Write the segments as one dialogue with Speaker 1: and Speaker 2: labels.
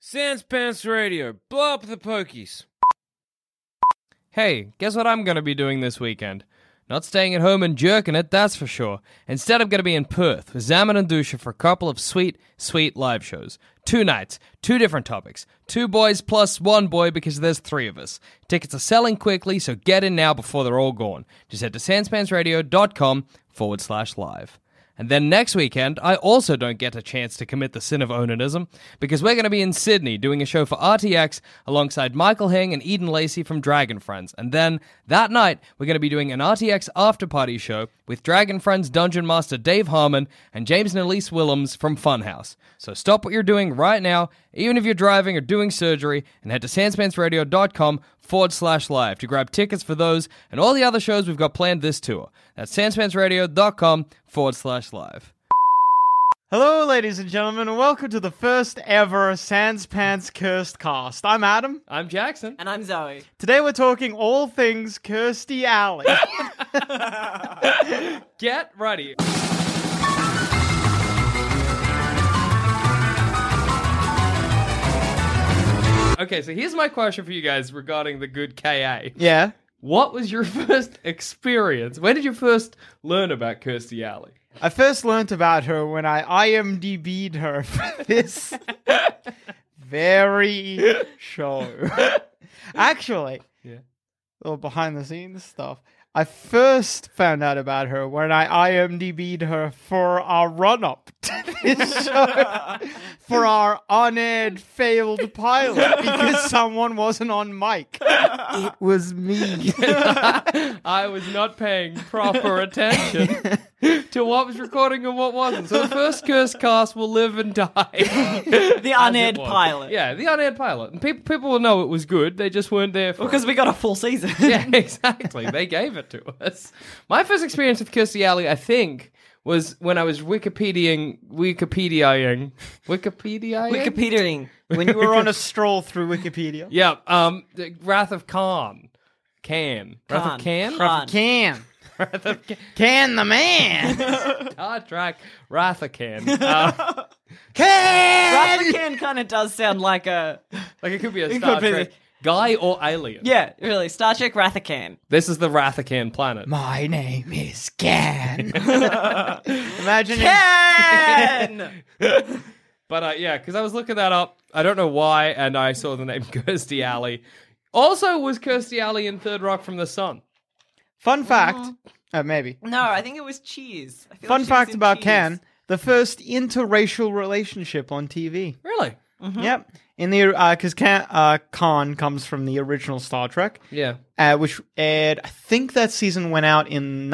Speaker 1: Sans Pants Radio, blow up the pokies.
Speaker 2: Hey, guess what I'm going to be doing this weekend? Not staying at home and jerking it, that's for sure. Instead, I'm going to be in Perth with Zaman and Dusha for a couple of sweet, sweet live shows. Two nights, two different topics, two boys plus one boy because there's three of us. Tickets are selling quickly, so get in now before they're all gone. Just head to sanspansradio.com forward slash live. And then next weekend, I also don't get a chance to commit the sin of onanism because we're going to be in Sydney doing a show for RTX alongside Michael Hing and Eden Lacey from Dragon Friends. And then that night, we're going to be doing an RTX after party show with Dragon Friends Dungeon Master Dave Harmon and James and Elise Willems from Funhouse. So stop what you're doing right now, even if you're driving or doing surgery, and head to sanspansradio.com forward slash live to grab tickets for those and all the other shows we've got planned this tour. That's sanspansradio.com forward slash live.
Speaker 3: Hello, ladies and gentlemen, and welcome to the first ever Sans Pants Cursed cast. I'm Adam.
Speaker 2: I'm Jackson.
Speaker 4: And I'm Zoe.
Speaker 3: Today we're talking all things Kirsty Alley.
Speaker 2: Get ready. Okay, so here's my question for you guys regarding the good KA.
Speaker 3: yeah.
Speaker 2: What was your first experience? Where did you first learn about Kirstie Alley?
Speaker 3: I first learnt about her when I IMDb'd her for this very show. Actually,
Speaker 2: Yeah.
Speaker 3: little behind the scenes stuff. I first found out about her when I IMDb'd her for our run up to this show, for our on aired failed pilot, because someone wasn't on mic. It was me.
Speaker 2: I was not paying proper attention to what was recording and what wasn't. So the first curse cast will live and die.
Speaker 4: The unaired
Speaker 2: was.
Speaker 4: pilot.
Speaker 2: yeah, the unaired pilot. And people people will know it was good. They just weren't there for
Speaker 4: Because we got a full season.
Speaker 2: yeah, exactly. They gave it to us. My first experience with Kirstie Alley, I think, was when I was Wikipediaing, Wikipediaing, Wikipediaing,
Speaker 4: Wikipediaing.
Speaker 3: when you were on a stroll through Wikipedia.
Speaker 2: Yeah, um, the Wrath of Khan, Can, Wrath
Speaker 4: Khan.
Speaker 2: of Can,
Speaker 4: Khan.
Speaker 3: Can. Can the man.
Speaker 2: Star Trek, Wrath of Khan. Uh,
Speaker 3: Can.
Speaker 4: Rathachan kind of does sound like a.
Speaker 2: like it could be a
Speaker 4: It
Speaker 2: Star
Speaker 4: could be.
Speaker 2: Trek guy or alien.
Speaker 4: Yeah, really. Star Trek Rathachan.
Speaker 2: this is the Wrath of Khan planet.
Speaker 3: My name is Can. Imagine
Speaker 4: Can!
Speaker 2: But uh, yeah, because I was looking that up. I don't know why, and I saw the name Kirstie Alley. Also, was Kirstie Alley in Third Rock from the Sun?
Speaker 3: Fun fact, uh, maybe.
Speaker 4: no, I think it was Cheese. I feel like
Speaker 3: Fun
Speaker 4: she was
Speaker 3: fact
Speaker 4: in
Speaker 3: about
Speaker 4: Cheese.
Speaker 3: Can: the first interracial relationship on TV.
Speaker 2: Really?
Speaker 4: Mm-hmm.
Speaker 3: Yep. In the because Can uh, Khan comes from the original Star Trek,
Speaker 2: Yeah.
Speaker 3: uh, which aired. I think that season went out in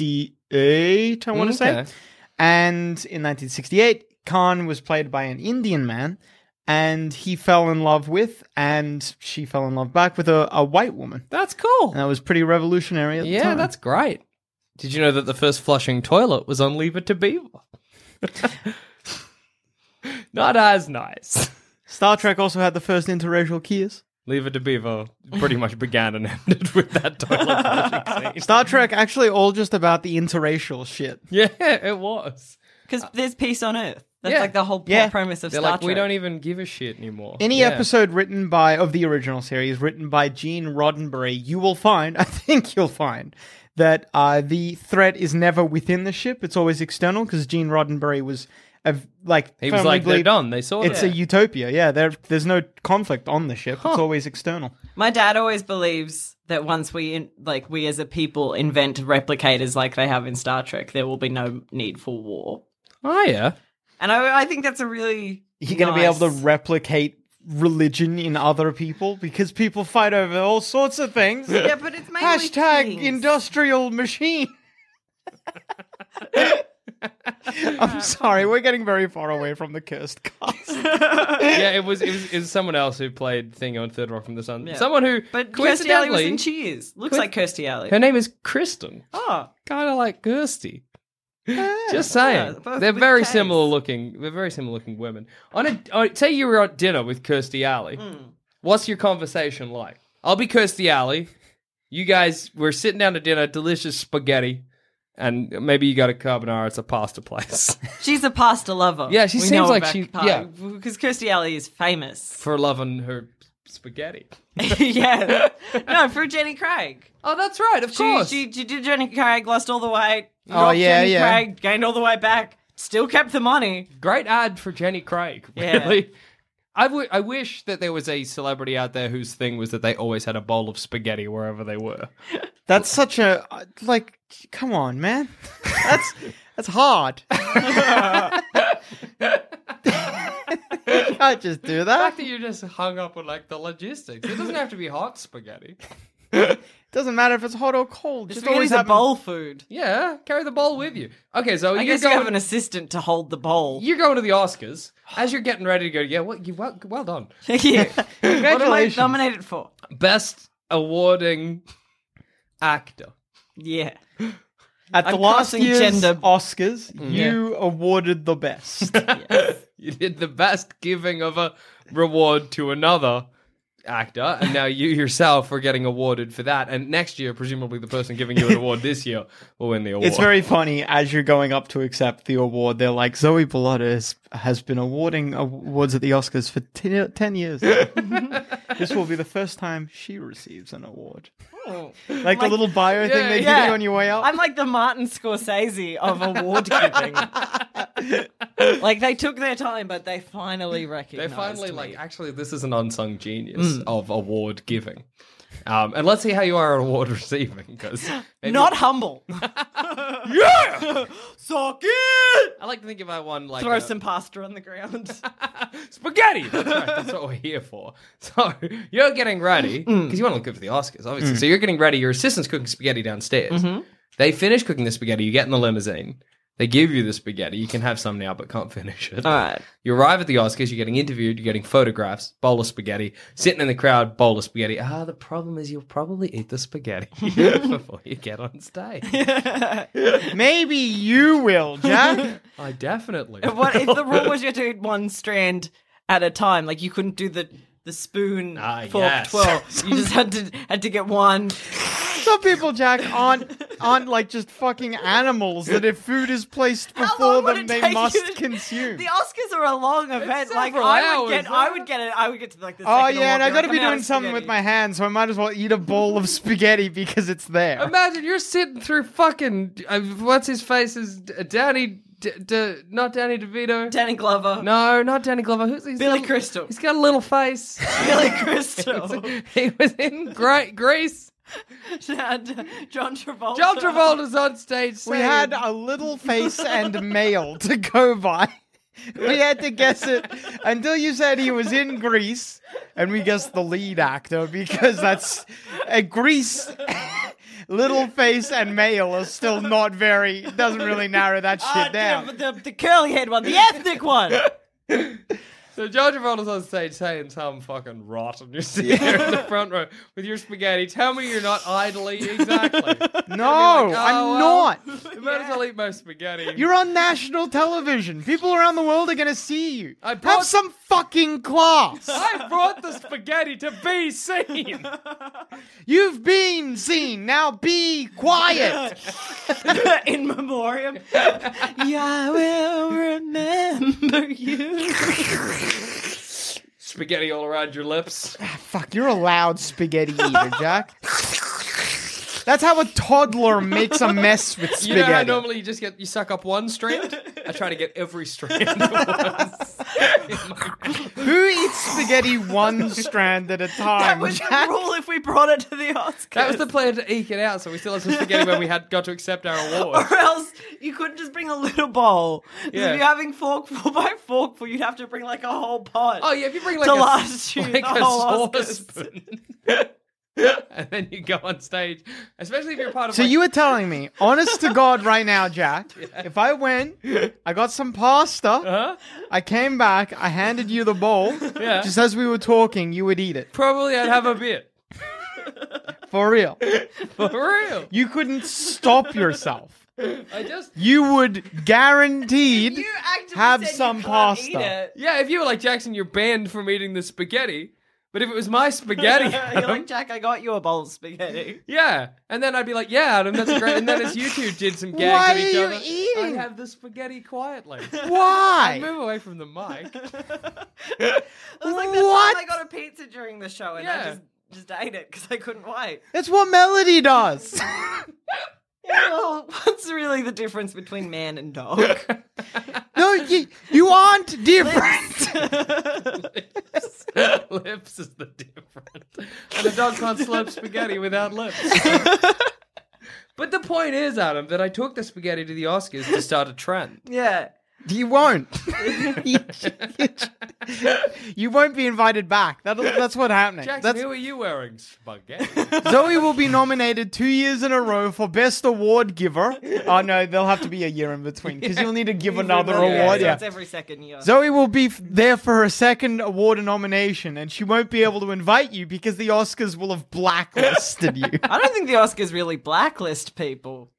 Speaker 3: 1968. I want
Speaker 4: Mm,
Speaker 3: to
Speaker 2: Okay.
Speaker 3: say, and in 1968, Khan was played by an Indian man. And he fell in love with, and she fell in love back with a, a white woman.
Speaker 2: That's cool.
Speaker 3: And that was pretty revolutionary at the
Speaker 2: yeah,
Speaker 3: Um, time.
Speaker 2: that's great. Did you know that the first flushing toilet was on Leave It to Beaver? Not as nice.
Speaker 3: Star Trek also had the first interracial kiss.
Speaker 2: Leave It to Beaver pretty much began and ended with that toilet flushing scene.
Speaker 3: Star Trek actually all just about the interracial shit.
Speaker 2: Yeah, it was.
Speaker 4: Because there's peace on Earth. That's
Speaker 2: Yeah.
Speaker 4: like the whole plot
Speaker 3: Yeah.
Speaker 4: premise of
Speaker 2: They're
Speaker 4: Star
Speaker 2: like,
Speaker 4: Trek.
Speaker 2: we don't even give a shit anymore.
Speaker 3: Any
Speaker 2: Yeah.
Speaker 3: episode written by of the original series written by Gene Roddenberry, you will find, I think you'll find that uh, the threat is never within the ship; it's always external because Gene Roddenberry was a, like
Speaker 2: He was
Speaker 3: firmly
Speaker 2: like, they're
Speaker 3: believed-
Speaker 2: done. They saw
Speaker 3: It's
Speaker 2: it.
Speaker 3: a utopia, yeah. There, there's no conflict on the ship; it's always external.
Speaker 2: e-"
Speaker 4: My dad always believes that once we, in, like, we as a people invent replicators like they have in Star Trek, there will be no need for war.
Speaker 2: oh, yeah.
Speaker 4: And I, I think that's a really.
Speaker 3: You're going to be able to
Speaker 4: nice-
Speaker 3: replicate religion in other people because people fight over all sorts of things.
Speaker 4: Yeah, but it's mainly
Speaker 3: Hashtag
Speaker 4: things.
Speaker 3: industrial machine. I'm sorry, we're getting very far away from the cursed cast.
Speaker 2: yeah, it was, it was it was someone else who played thing on Third Rock from the Sun.
Speaker 4: Yeah.
Speaker 2: Someone who
Speaker 4: But Kirstie Alley was
Speaker 2: coincidentally
Speaker 4: in Cheers. Looks
Speaker 2: Quin-
Speaker 4: like Kirstie Alley.
Speaker 2: her name is Kristen,
Speaker 4: oh,
Speaker 2: kind of like Kirsty. Just
Speaker 4: Yeah,
Speaker 2: saying,
Speaker 4: both
Speaker 2: they're
Speaker 4: with
Speaker 2: very
Speaker 4: Ks.
Speaker 2: similar looking. They're very similar looking women. On a on, say you were at dinner with Kirsty Alley.
Speaker 4: Hmm.
Speaker 2: What's your conversation like? I'll be Kirsty Alley. You guys were sitting down to dinner, delicious spaghetti, and maybe you got a carbonara. It's a pasta place
Speaker 4: she's a pasta lover.
Speaker 2: Yeah, she
Speaker 4: We
Speaker 2: seems
Speaker 4: know
Speaker 2: like
Speaker 4: about
Speaker 2: she-
Speaker 4: pa-
Speaker 2: yeah.
Speaker 4: because Kirstie Alley is famous.
Speaker 2: for loving her spaghetti.
Speaker 4: yeah, no, for Jenny Craig.
Speaker 2: Oh, that's right. Of
Speaker 4: She,
Speaker 2: course.
Speaker 4: she, she did Jenny Craig, lost all the weight.
Speaker 3: Oh,
Speaker 4: dropped
Speaker 3: yeah,
Speaker 4: Jenny
Speaker 3: yeah.
Speaker 4: Craig gained all the weight back. Still kept the money.
Speaker 2: Great ad for Jenny Craig,
Speaker 4: Yeah.
Speaker 2: really. I, w- I wish that there was a celebrity out there whose thing was that they always had a bowl of spaghetti wherever they were.
Speaker 3: That's such a like. Come on, man. That's that's hard. I just do
Speaker 2: The
Speaker 3: that.
Speaker 2: fact that you just hung up on like the logistics. It doesn't have to be hot spaghetti.
Speaker 3: Doesn't matter if it's hot or cold.
Speaker 4: It's
Speaker 3: Just always
Speaker 4: a
Speaker 3: have
Speaker 4: bowl food.
Speaker 2: Yeah, carry the bowl with you. Okay, so
Speaker 4: I
Speaker 2: you're
Speaker 4: guess you have
Speaker 2: going,
Speaker 4: an assistant to hold the bowl.
Speaker 2: you're going to the Oscars as you're getting ready to go. Yeah, well, you, well, well done.
Speaker 4: Yeah. what am I
Speaker 3: Congratulations.
Speaker 4: nominated for?
Speaker 2: Best awarding actor.
Speaker 4: Yeah.
Speaker 3: At the
Speaker 4: I'm
Speaker 3: last
Speaker 4: crossing
Speaker 3: year's
Speaker 4: gender. Mm.
Speaker 3: Oscars, you awarded the best.
Speaker 2: You did the best giving of a reward to another actor, and now you yourself are getting awarded for that. And next year, presumably, the person giving you an award this year will win the award.
Speaker 3: It's very funny as you're going up to accept the award. They're like, Zoe Bellotta is, has been awarding awards at the Oscars for ten, 10 years. this will be the first time she receives an award. Like the little bio thing they give
Speaker 4: Oh. yeah.
Speaker 3: you on your way out.
Speaker 4: I'm like the Martin Scorsese of award giving. like they took their time, but they
Speaker 2: They
Speaker 4: finally recognized.
Speaker 2: finally
Speaker 4: me.
Speaker 2: like. Actually, this is an unsung genius
Speaker 4: Hmm.
Speaker 2: of award giving. Um, and let's see how you are at award receiving, because
Speaker 4: not humble. yeah, so good.
Speaker 2: I like to think if I won like
Speaker 4: Throw
Speaker 2: a-
Speaker 4: some pasta on the ground.
Speaker 2: spaghetti. That's right. That's what we're here for. So you're getting ready
Speaker 4: Mm.
Speaker 2: because you want to look good for the Oscars, obviously. So you're getting ready. Your assistant's cooking spaghetti downstairs.
Speaker 4: Mm-hmm.
Speaker 2: They finish cooking the spaghetti. You get in the limousine. They give you the spaghetti. You can have some now, but can't finish it.
Speaker 4: All right.
Speaker 2: You arrive at the Oscars. You're getting interviewed. You're getting photographs. Bowl of spaghetti. Sitting in the crowd. Bowl of spaghetti. Ah, the problem is you'll probably eat the spaghetti before you get on stage.
Speaker 3: Maybe you will, Jack.
Speaker 2: I definitely.
Speaker 4: What if the rule was you had to eat one strand at a time? Like you couldn't do the the spoon
Speaker 2: Ah,
Speaker 4: fork
Speaker 2: yes.
Speaker 4: twirl. You just had to had to get one.
Speaker 3: Some people, Jack, aren't aren't like just fucking animals that if food is placed
Speaker 4: How
Speaker 3: before
Speaker 4: long would
Speaker 3: them,
Speaker 4: it
Speaker 3: they
Speaker 4: take
Speaker 3: must
Speaker 4: you-
Speaker 3: consume.
Speaker 4: The Oscars are a long event. Like
Speaker 2: several
Speaker 4: I would
Speaker 2: hours,
Speaker 4: get, I
Speaker 2: right?
Speaker 4: would get it. I would get to like the.
Speaker 3: Oh
Speaker 4: second
Speaker 3: yeah, and
Speaker 4: award,
Speaker 3: I got to
Speaker 4: like,
Speaker 3: be
Speaker 4: I'm out
Speaker 3: doing
Speaker 4: of
Speaker 3: something with
Speaker 4: spaghetti.
Speaker 3: my hands, so I might as well eat a bowl of spaghetti because it's there.
Speaker 2: Imagine you're sitting through fucking uh, what's his face is D- Danny, D- D- not Danny DeVito.
Speaker 4: Danny Glover,
Speaker 2: no, not Danny Glover. Who's he's
Speaker 4: Billy
Speaker 2: got-
Speaker 4: Crystal,
Speaker 2: He's got a little face.
Speaker 4: Billy Crystal,
Speaker 3: Oh.
Speaker 2: he was in Great Greece.
Speaker 4: and John Travolta.
Speaker 2: John Travolta's on stage.
Speaker 3: We
Speaker 2: saying-
Speaker 3: had uh, a little face and male to go by. We had to guess it until you said he was in Greece, and we guessed the lead actor because that's a Greece. Little face and male is still not very. Doesn't really narrow that shit
Speaker 4: Ah,
Speaker 3: down.
Speaker 4: The, the, the curly head one, the ethnic one.
Speaker 2: So John Travolta's on stage saying some fucking rotten. You're sitting there in the front row with your spaghetti. Tell me you're not idly exactly.
Speaker 3: No,
Speaker 2: like,
Speaker 3: I'm
Speaker 2: "Oh, well."
Speaker 3: not.
Speaker 2: you might as well eat my spaghetti.
Speaker 3: You're on national television. People around the world are gonna see you.
Speaker 2: I
Speaker 3: Have
Speaker 2: brought-
Speaker 3: some fucking class.
Speaker 2: I brought the spaghetti to be seen.
Speaker 3: You've been seen. Now be quiet.
Speaker 4: in memoriam. yeah, I will remember you.
Speaker 2: Spaghetti all around your lips.
Speaker 3: Fuck, you're a loud spaghetti eater, Jack. That's how a toddler makes a mess with
Speaker 2: You know how
Speaker 3: spaghetti.
Speaker 2: normally you just get you suck up one strand. I try to get every strand. at once.
Speaker 3: Who eats spaghetti one strand at a
Speaker 4: That
Speaker 3: time?
Speaker 4: was the
Speaker 3: Jack?
Speaker 4: rule if we brought it to the Oscars.
Speaker 2: that was the plan to eke it out. So we still had some spaghetti when we had got to accept our award.
Speaker 4: or else you couldn't just bring a little bowl. 'Cause
Speaker 2: Yeah.
Speaker 4: If you're having fork four by forkful, you'd have to bring like a whole pot.
Speaker 2: Oh yeah, if you bring like
Speaker 4: To
Speaker 2: a,
Speaker 4: last you
Speaker 2: like a
Speaker 4: the whole Oscars.
Speaker 2: saucepan. and then you go on stage, especially if you're part of.
Speaker 3: So
Speaker 2: like-
Speaker 3: you were telling me, honest to God, right now, Jack, if I went, I got some pasta,
Speaker 2: Huh?
Speaker 3: I came back, I handed you the bowl.
Speaker 2: Yeah.
Speaker 3: Just as we were talking, you would eat it
Speaker 2: Probably I'd have a beer.
Speaker 3: for real.
Speaker 2: For real.
Speaker 3: You couldn't stop yourself.
Speaker 2: I just.
Speaker 3: You would guaranteed
Speaker 4: You actively
Speaker 3: have
Speaker 4: said you
Speaker 3: some
Speaker 4: can't
Speaker 3: pasta.
Speaker 4: eat it.
Speaker 2: Yeah, if you were like Jackson, you're banned from eating the spaghetti. But if it was my spaghetti,
Speaker 4: You're like, Jack, I got you a bowl of spaghetti.
Speaker 2: yeah. And then I'd be like, yeah, Adam, that's great. And then as you two did some gags
Speaker 3: Why
Speaker 2: of each
Speaker 3: are you
Speaker 2: other,
Speaker 3: eating?
Speaker 2: I'd have the spaghetti quietly.
Speaker 3: Why?
Speaker 2: Move away from the mic.
Speaker 4: I was like, that's
Speaker 3: What?
Speaker 4: what? I got a pizza during the show, and
Speaker 2: Yeah.
Speaker 4: I just just ate it because I couldn't wait.
Speaker 3: That's what Melody does.
Speaker 4: Well, what's really the difference between man and dog?
Speaker 3: No, you, you aren't different.
Speaker 2: lips. lips is the difference. And a dog can't slurp spaghetti without lips. but the point is, Adam, that I took the spaghetti to the Oscars to start a trend.
Speaker 4: yeah.
Speaker 3: You won't. you, you won't be invited back. That'll, that's what's happening.
Speaker 2: Jackson,
Speaker 3: that's,
Speaker 2: who are you wearing spaghetti?
Speaker 3: Zoe will be nominated two years in a row for Best Award Giver. Oh no, there'll have to be a year in between because you'll need to give another
Speaker 4: Yeah,
Speaker 3: award.
Speaker 4: so
Speaker 3: Yeah.
Speaker 4: It's every second year.
Speaker 3: Zoe will be f- there for her second award and nomination, and she won't be able to invite you because the Oscars will have blacklisted you.
Speaker 4: I don't think the Oscars really blacklist people.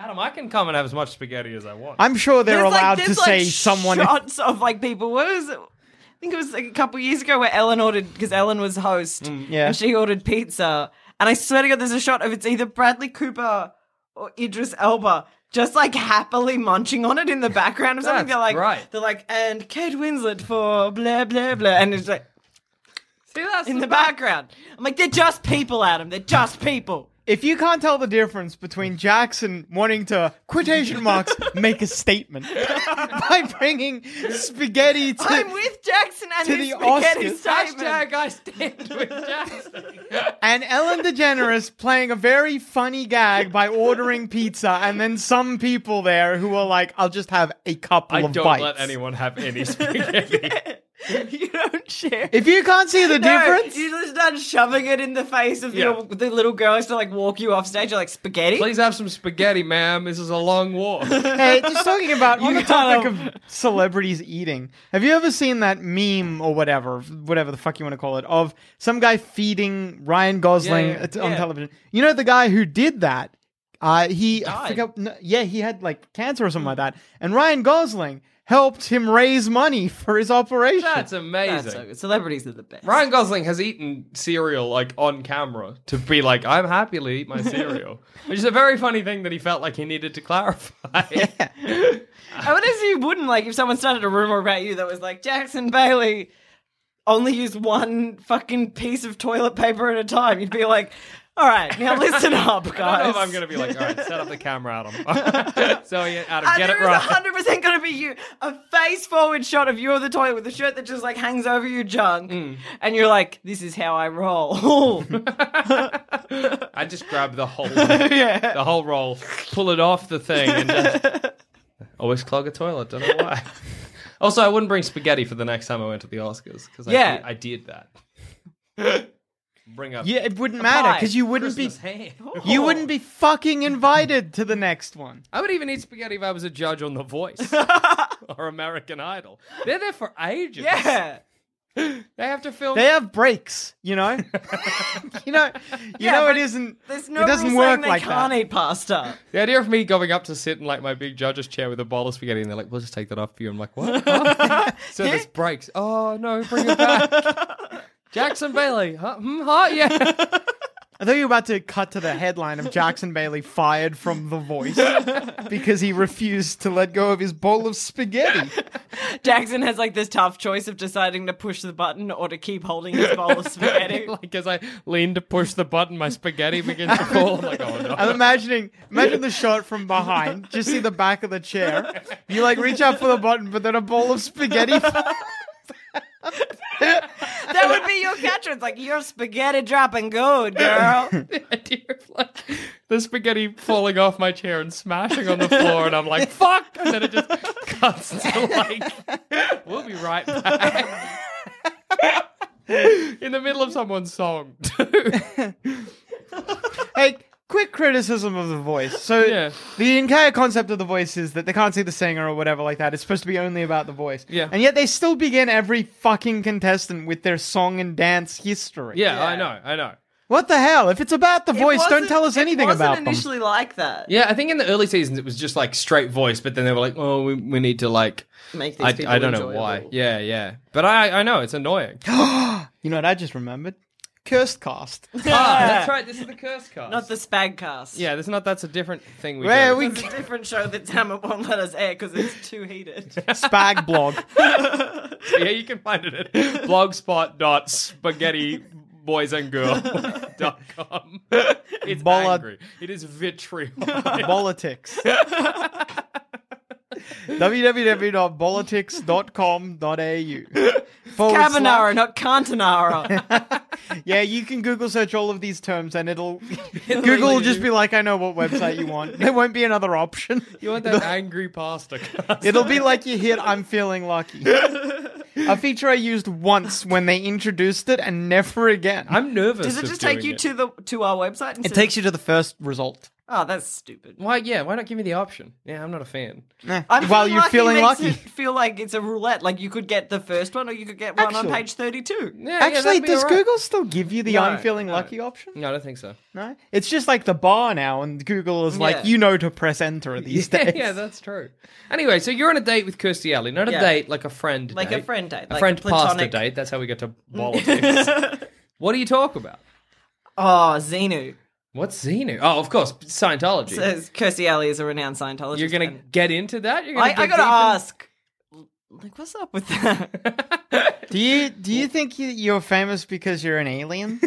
Speaker 2: Adam, I can come and have as much spaghetti as I want.
Speaker 3: I'm sure they're
Speaker 4: There's, like-
Speaker 3: allowed to
Speaker 4: there's,
Speaker 3: say
Speaker 4: like,
Speaker 3: someone.
Speaker 4: Shots of like people. What was it? I think it was like a couple years ago where Ellen ordered because Ellen was host
Speaker 3: Mm, yeah.
Speaker 4: and she ordered pizza. And I swear to God, there's a shot of it's either Bradley Cooper or Idris Elba just like happily munching on it in the background or something.
Speaker 2: That's
Speaker 4: they're like,
Speaker 2: right.
Speaker 4: they're like, and Kate Winslet for blah blah blah, and it's like
Speaker 2: See, that's
Speaker 4: in the background. I'm like, they're just people, Adam. They're just people.
Speaker 3: If you can't tell the difference between Jackson wanting to quotation marks make a statement by bringing spaghetti to
Speaker 4: I'm with Jackson and
Speaker 3: to
Speaker 4: his
Speaker 3: the
Speaker 4: spaghetti
Speaker 3: Oscars.
Speaker 4: statement.
Speaker 2: Hashtag I stand with Jackson.
Speaker 3: And Ellen DeGeneres playing a very funny gag by ordering pizza, and then some people there who are like, "I'll just have a couple
Speaker 2: I
Speaker 3: of
Speaker 2: don't
Speaker 3: bites."
Speaker 2: let anyone have any spaghetti.
Speaker 4: you don't share.
Speaker 3: If you can't see the difference,
Speaker 4: You just start shoving it in the face of
Speaker 2: Yeah.
Speaker 4: your, the little girls to like walk you off stage. You're like spaghetti.
Speaker 2: Please have some spaghetti, ma'am. This is a long walk.
Speaker 3: hey, just talking about on
Speaker 4: You
Speaker 3: the topic
Speaker 4: gotta-
Speaker 3: of celebrities eating. Have you ever seen that meme or whatever, whatever the fuck you want to call it, of some guy feeding Ryan Gosling
Speaker 2: Yeah, yeah,
Speaker 3: at- on
Speaker 2: yeah.
Speaker 3: television? You know the guy who did that. Uh, he, I
Speaker 2: Died.
Speaker 3: forgot, no, yeah, he had like cancer or something like
Speaker 4: Hmm.
Speaker 3: that, and Ryan Gosling helped him raise money for his operation.
Speaker 2: That's amazing.
Speaker 4: That's so good. Celebrities are the best.
Speaker 2: Ryan Gosling has eaten cereal like on camera to be like, I'm happy to eat my cereal, which is a very funny thing that he felt like he needed to clarify.
Speaker 4: I wonder if you wouldn't like if someone started a rumor about you that was like Jackson Bailey only used one fucking piece of toilet paper at a time. You'd be like, all right, now listen up, guys.
Speaker 2: I don't know if I'm going to be like, all right, set up the camera, Adam. so, yeah, Adam,
Speaker 4: And
Speaker 2: get it
Speaker 4: there is
Speaker 2: right.
Speaker 4: 100% going to be you. A face forward shot of you on the toilet with a shirt that just like hangs over your junk.
Speaker 2: Mm.
Speaker 4: And you're like, this is how I roll.
Speaker 2: I just grab the whole the whole roll, pull it off the thing, and uh, just always clog a toilet. Don't know why. Also, I wouldn't bring spaghetti for the next time I went to the Oscars because I,
Speaker 4: Yeah.
Speaker 2: did- I did that. bring up
Speaker 3: Yeah, it wouldn't matter
Speaker 4: pie.
Speaker 3: because you wouldn't
Speaker 2: Christmas
Speaker 3: be
Speaker 2: ham.
Speaker 3: you wouldn't be fucking invited to the next one.
Speaker 2: I would even eat spaghetti if I was a judge on The Voice or American Idol. They're there for ages.
Speaker 4: yeah.
Speaker 2: They have to film.
Speaker 3: They have breaks, you know. you know, you
Speaker 4: Yeah,
Speaker 3: know it
Speaker 4: but
Speaker 3: isn't.
Speaker 4: There's no
Speaker 3: it doesn't
Speaker 4: rule saying
Speaker 3: work
Speaker 4: they
Speaker 3: like
Speaker 4: can't
Speaker 3: that.
Speaker 4: eat pasta.
Speaker 2: the idea of me going up to sit in like my big judge's chair with a bowl of spaghetti and they're like, we'll just take that off for you. I'm like, what? Huh? so there's breaks. Oh, no, bring it back. Jackson Bailey. Huh? Hmm, huh? Yeah.
Speaker 3: I thought you were about to cut to the headline of Jackson Bailey fired from The Voice because he refused to let go of his bowl of spaghetti.
Speaker 4: Jackson has like this tough choice of deciding to push the button or to keep holding his bowl of spaghetti.
Speaker 2: like as I lean to push the button, my spaghetti begins to fall. I'm like, oh,
Speaker 3: I'm
Speaker 2: no.
Speaker 3: imagining, imagine the shot from behind. Just see the back of the chair. You like reach out for the button, but then a bowl of spaghetti.
Speaker 4: that would be your catch. It's like your spaghetti dropping good, girl.
Speaker 2: The idea of like the spaghetti falling off my chair and smashing on the floor, and I'm like, fuck! And then it just cuts to like, we'll be right back. you in the middle of someone's song.
Speaker 3: Hey, quick criticism of the voice. So
Speaker 2: Yeah.
Speaker 3: the entire concept of the voice is that they can't see the singer or whatever like that. It's supposed to be only about the voice.
Speaker 2: Yeah.
Speaker 3: And yet they still begin every fucking contestant with their song and dance history.
Speaker 2: yeah, I know, I know.
Speaker 3: What the hell? If it's about the
Speaker 4: It
Speaker 3: voice, don't
Speaker 4: wasn't-
Speaker 3: tell us anything
Speaker 4: it wasn't
Speaker 3: about them.
Speaker 4: initially like that.
Speaker 2: Yeah, I think in the early seasons it was just like straight voice, but then they were like, "Oh, we, we need to like."
Speaker 4: Make these
Speaker 2: I,
Speaker 4: people
Speaker 2: I don't know
Speaker 4: enjoyable.
Speaker 2: why. Yeah, yeah, but I I know it's annoying. oh,
Speaker 3: You know what I just remembered? Cursed cast.
Speaker 2: that's right. This is the curse cast.
Speaker 4: Not the spag cast.
Speaker 2: Yeah, there's not. That's a different thing. We
Speaker 3: Where
Speaker 2: do.
Speaker 3: we
Speaker 4: It's a different show that damn it won't let us air because it's too heated.
Speaker 3: Oh, spag blog.
Speaker 2: yeah, you can find it at blogspot.spaghettiboysandgirl.com. It's
Speaker 3: Bollard.
Speaker 2: angry. It is vitriol.
Speaker 3: Politics. www.politics.com.au. forward
Speaker 4: Carbonara, not Cantonara.
Speaker 3: slash- Yeah, you can Google search all of these terms and it'll. Google will just be like, I know what website you want. There won't be another option.
Speaker 2: you want that angry pasta cast.
Speaker 3: It'll be like you hit I'm Feeling Lucky. A feature I used once when they introduced it and never again.
Speaker 2: I'm nervous.
Speaker 4: Does it
Speaker 2: of
Speaker 4: just take
Speaker 2: doing
Speaker 4: you
Speaker 2: it.
Speaker 4: to the to our website? And
Speaker 3: it takes you to the first result.
Speaker 4: Oh, that's stupid.
Speaker 2: Why? Yeah. Why not give me the option? Yeah, I'm not a fan.
Speaker 4: I'm
Speaker 3: While you're feeling
Speaker 4: makes
Speaker 3: lucky.
Speaker 4: it feel like it's a roulette. Like you could get the first one, or you could get one
Speaker 3: Actually-
Speaker 4: on page thirty-two.
Speaker 2: Yeah, yeah,
Speaker 3: Actually,
Speaker 2: that'd be
Speaker 3: does
Speaker 2: all right.
Speaker 3: Google still give you the
Speaker 2: No,
Speaker 3: I'm feeling
Speaker 2: no.
Speaker 3: lucky option?
Speaker 2: No, I don't think so.
Speaker 3: No, it's just like the bar now, and Google is
Speaker 4: Yeah.
Speaker 3: like, you know, to press enter these
Speaker 2: Yeah,
Speaker 3: days.
Speaker 2: yeah, that's true. Anyway, so you're on a date with Kirstie Alley, not a
Speaker 4: Yeah.
Speaker 2: date like a friend,
Speaker 4: Like a
Speaker 2: date.
Speaker 4: friend date,
Speaker 2: a
Speaker 4: like
Speaker 2: friend
Speaker 4: a
Speaker 2: pasta
Speaker 4: platonic-
Speaker 2: date. That's how we get to politics. what do you talk about?
Speaker 4: Oh, Xenu
Speaker 2: What's Xenu? Oh, of course, Scientology.
Speaker 4: says Kirstie Alley is a renowned Scientologist.
Speaker 2: You're gonna
Speaker 4: and-
Speaker 2: get into that? You're gonna
Speaker 4: I, I
Speaker 2: dig
Speaker 4: gotta
Speaker 2: deep
Speaker 4: ask. Like, what's up with that?
Speaker 2: in-
Speaker 3: Do you do you think you, you're famous because you're an alien?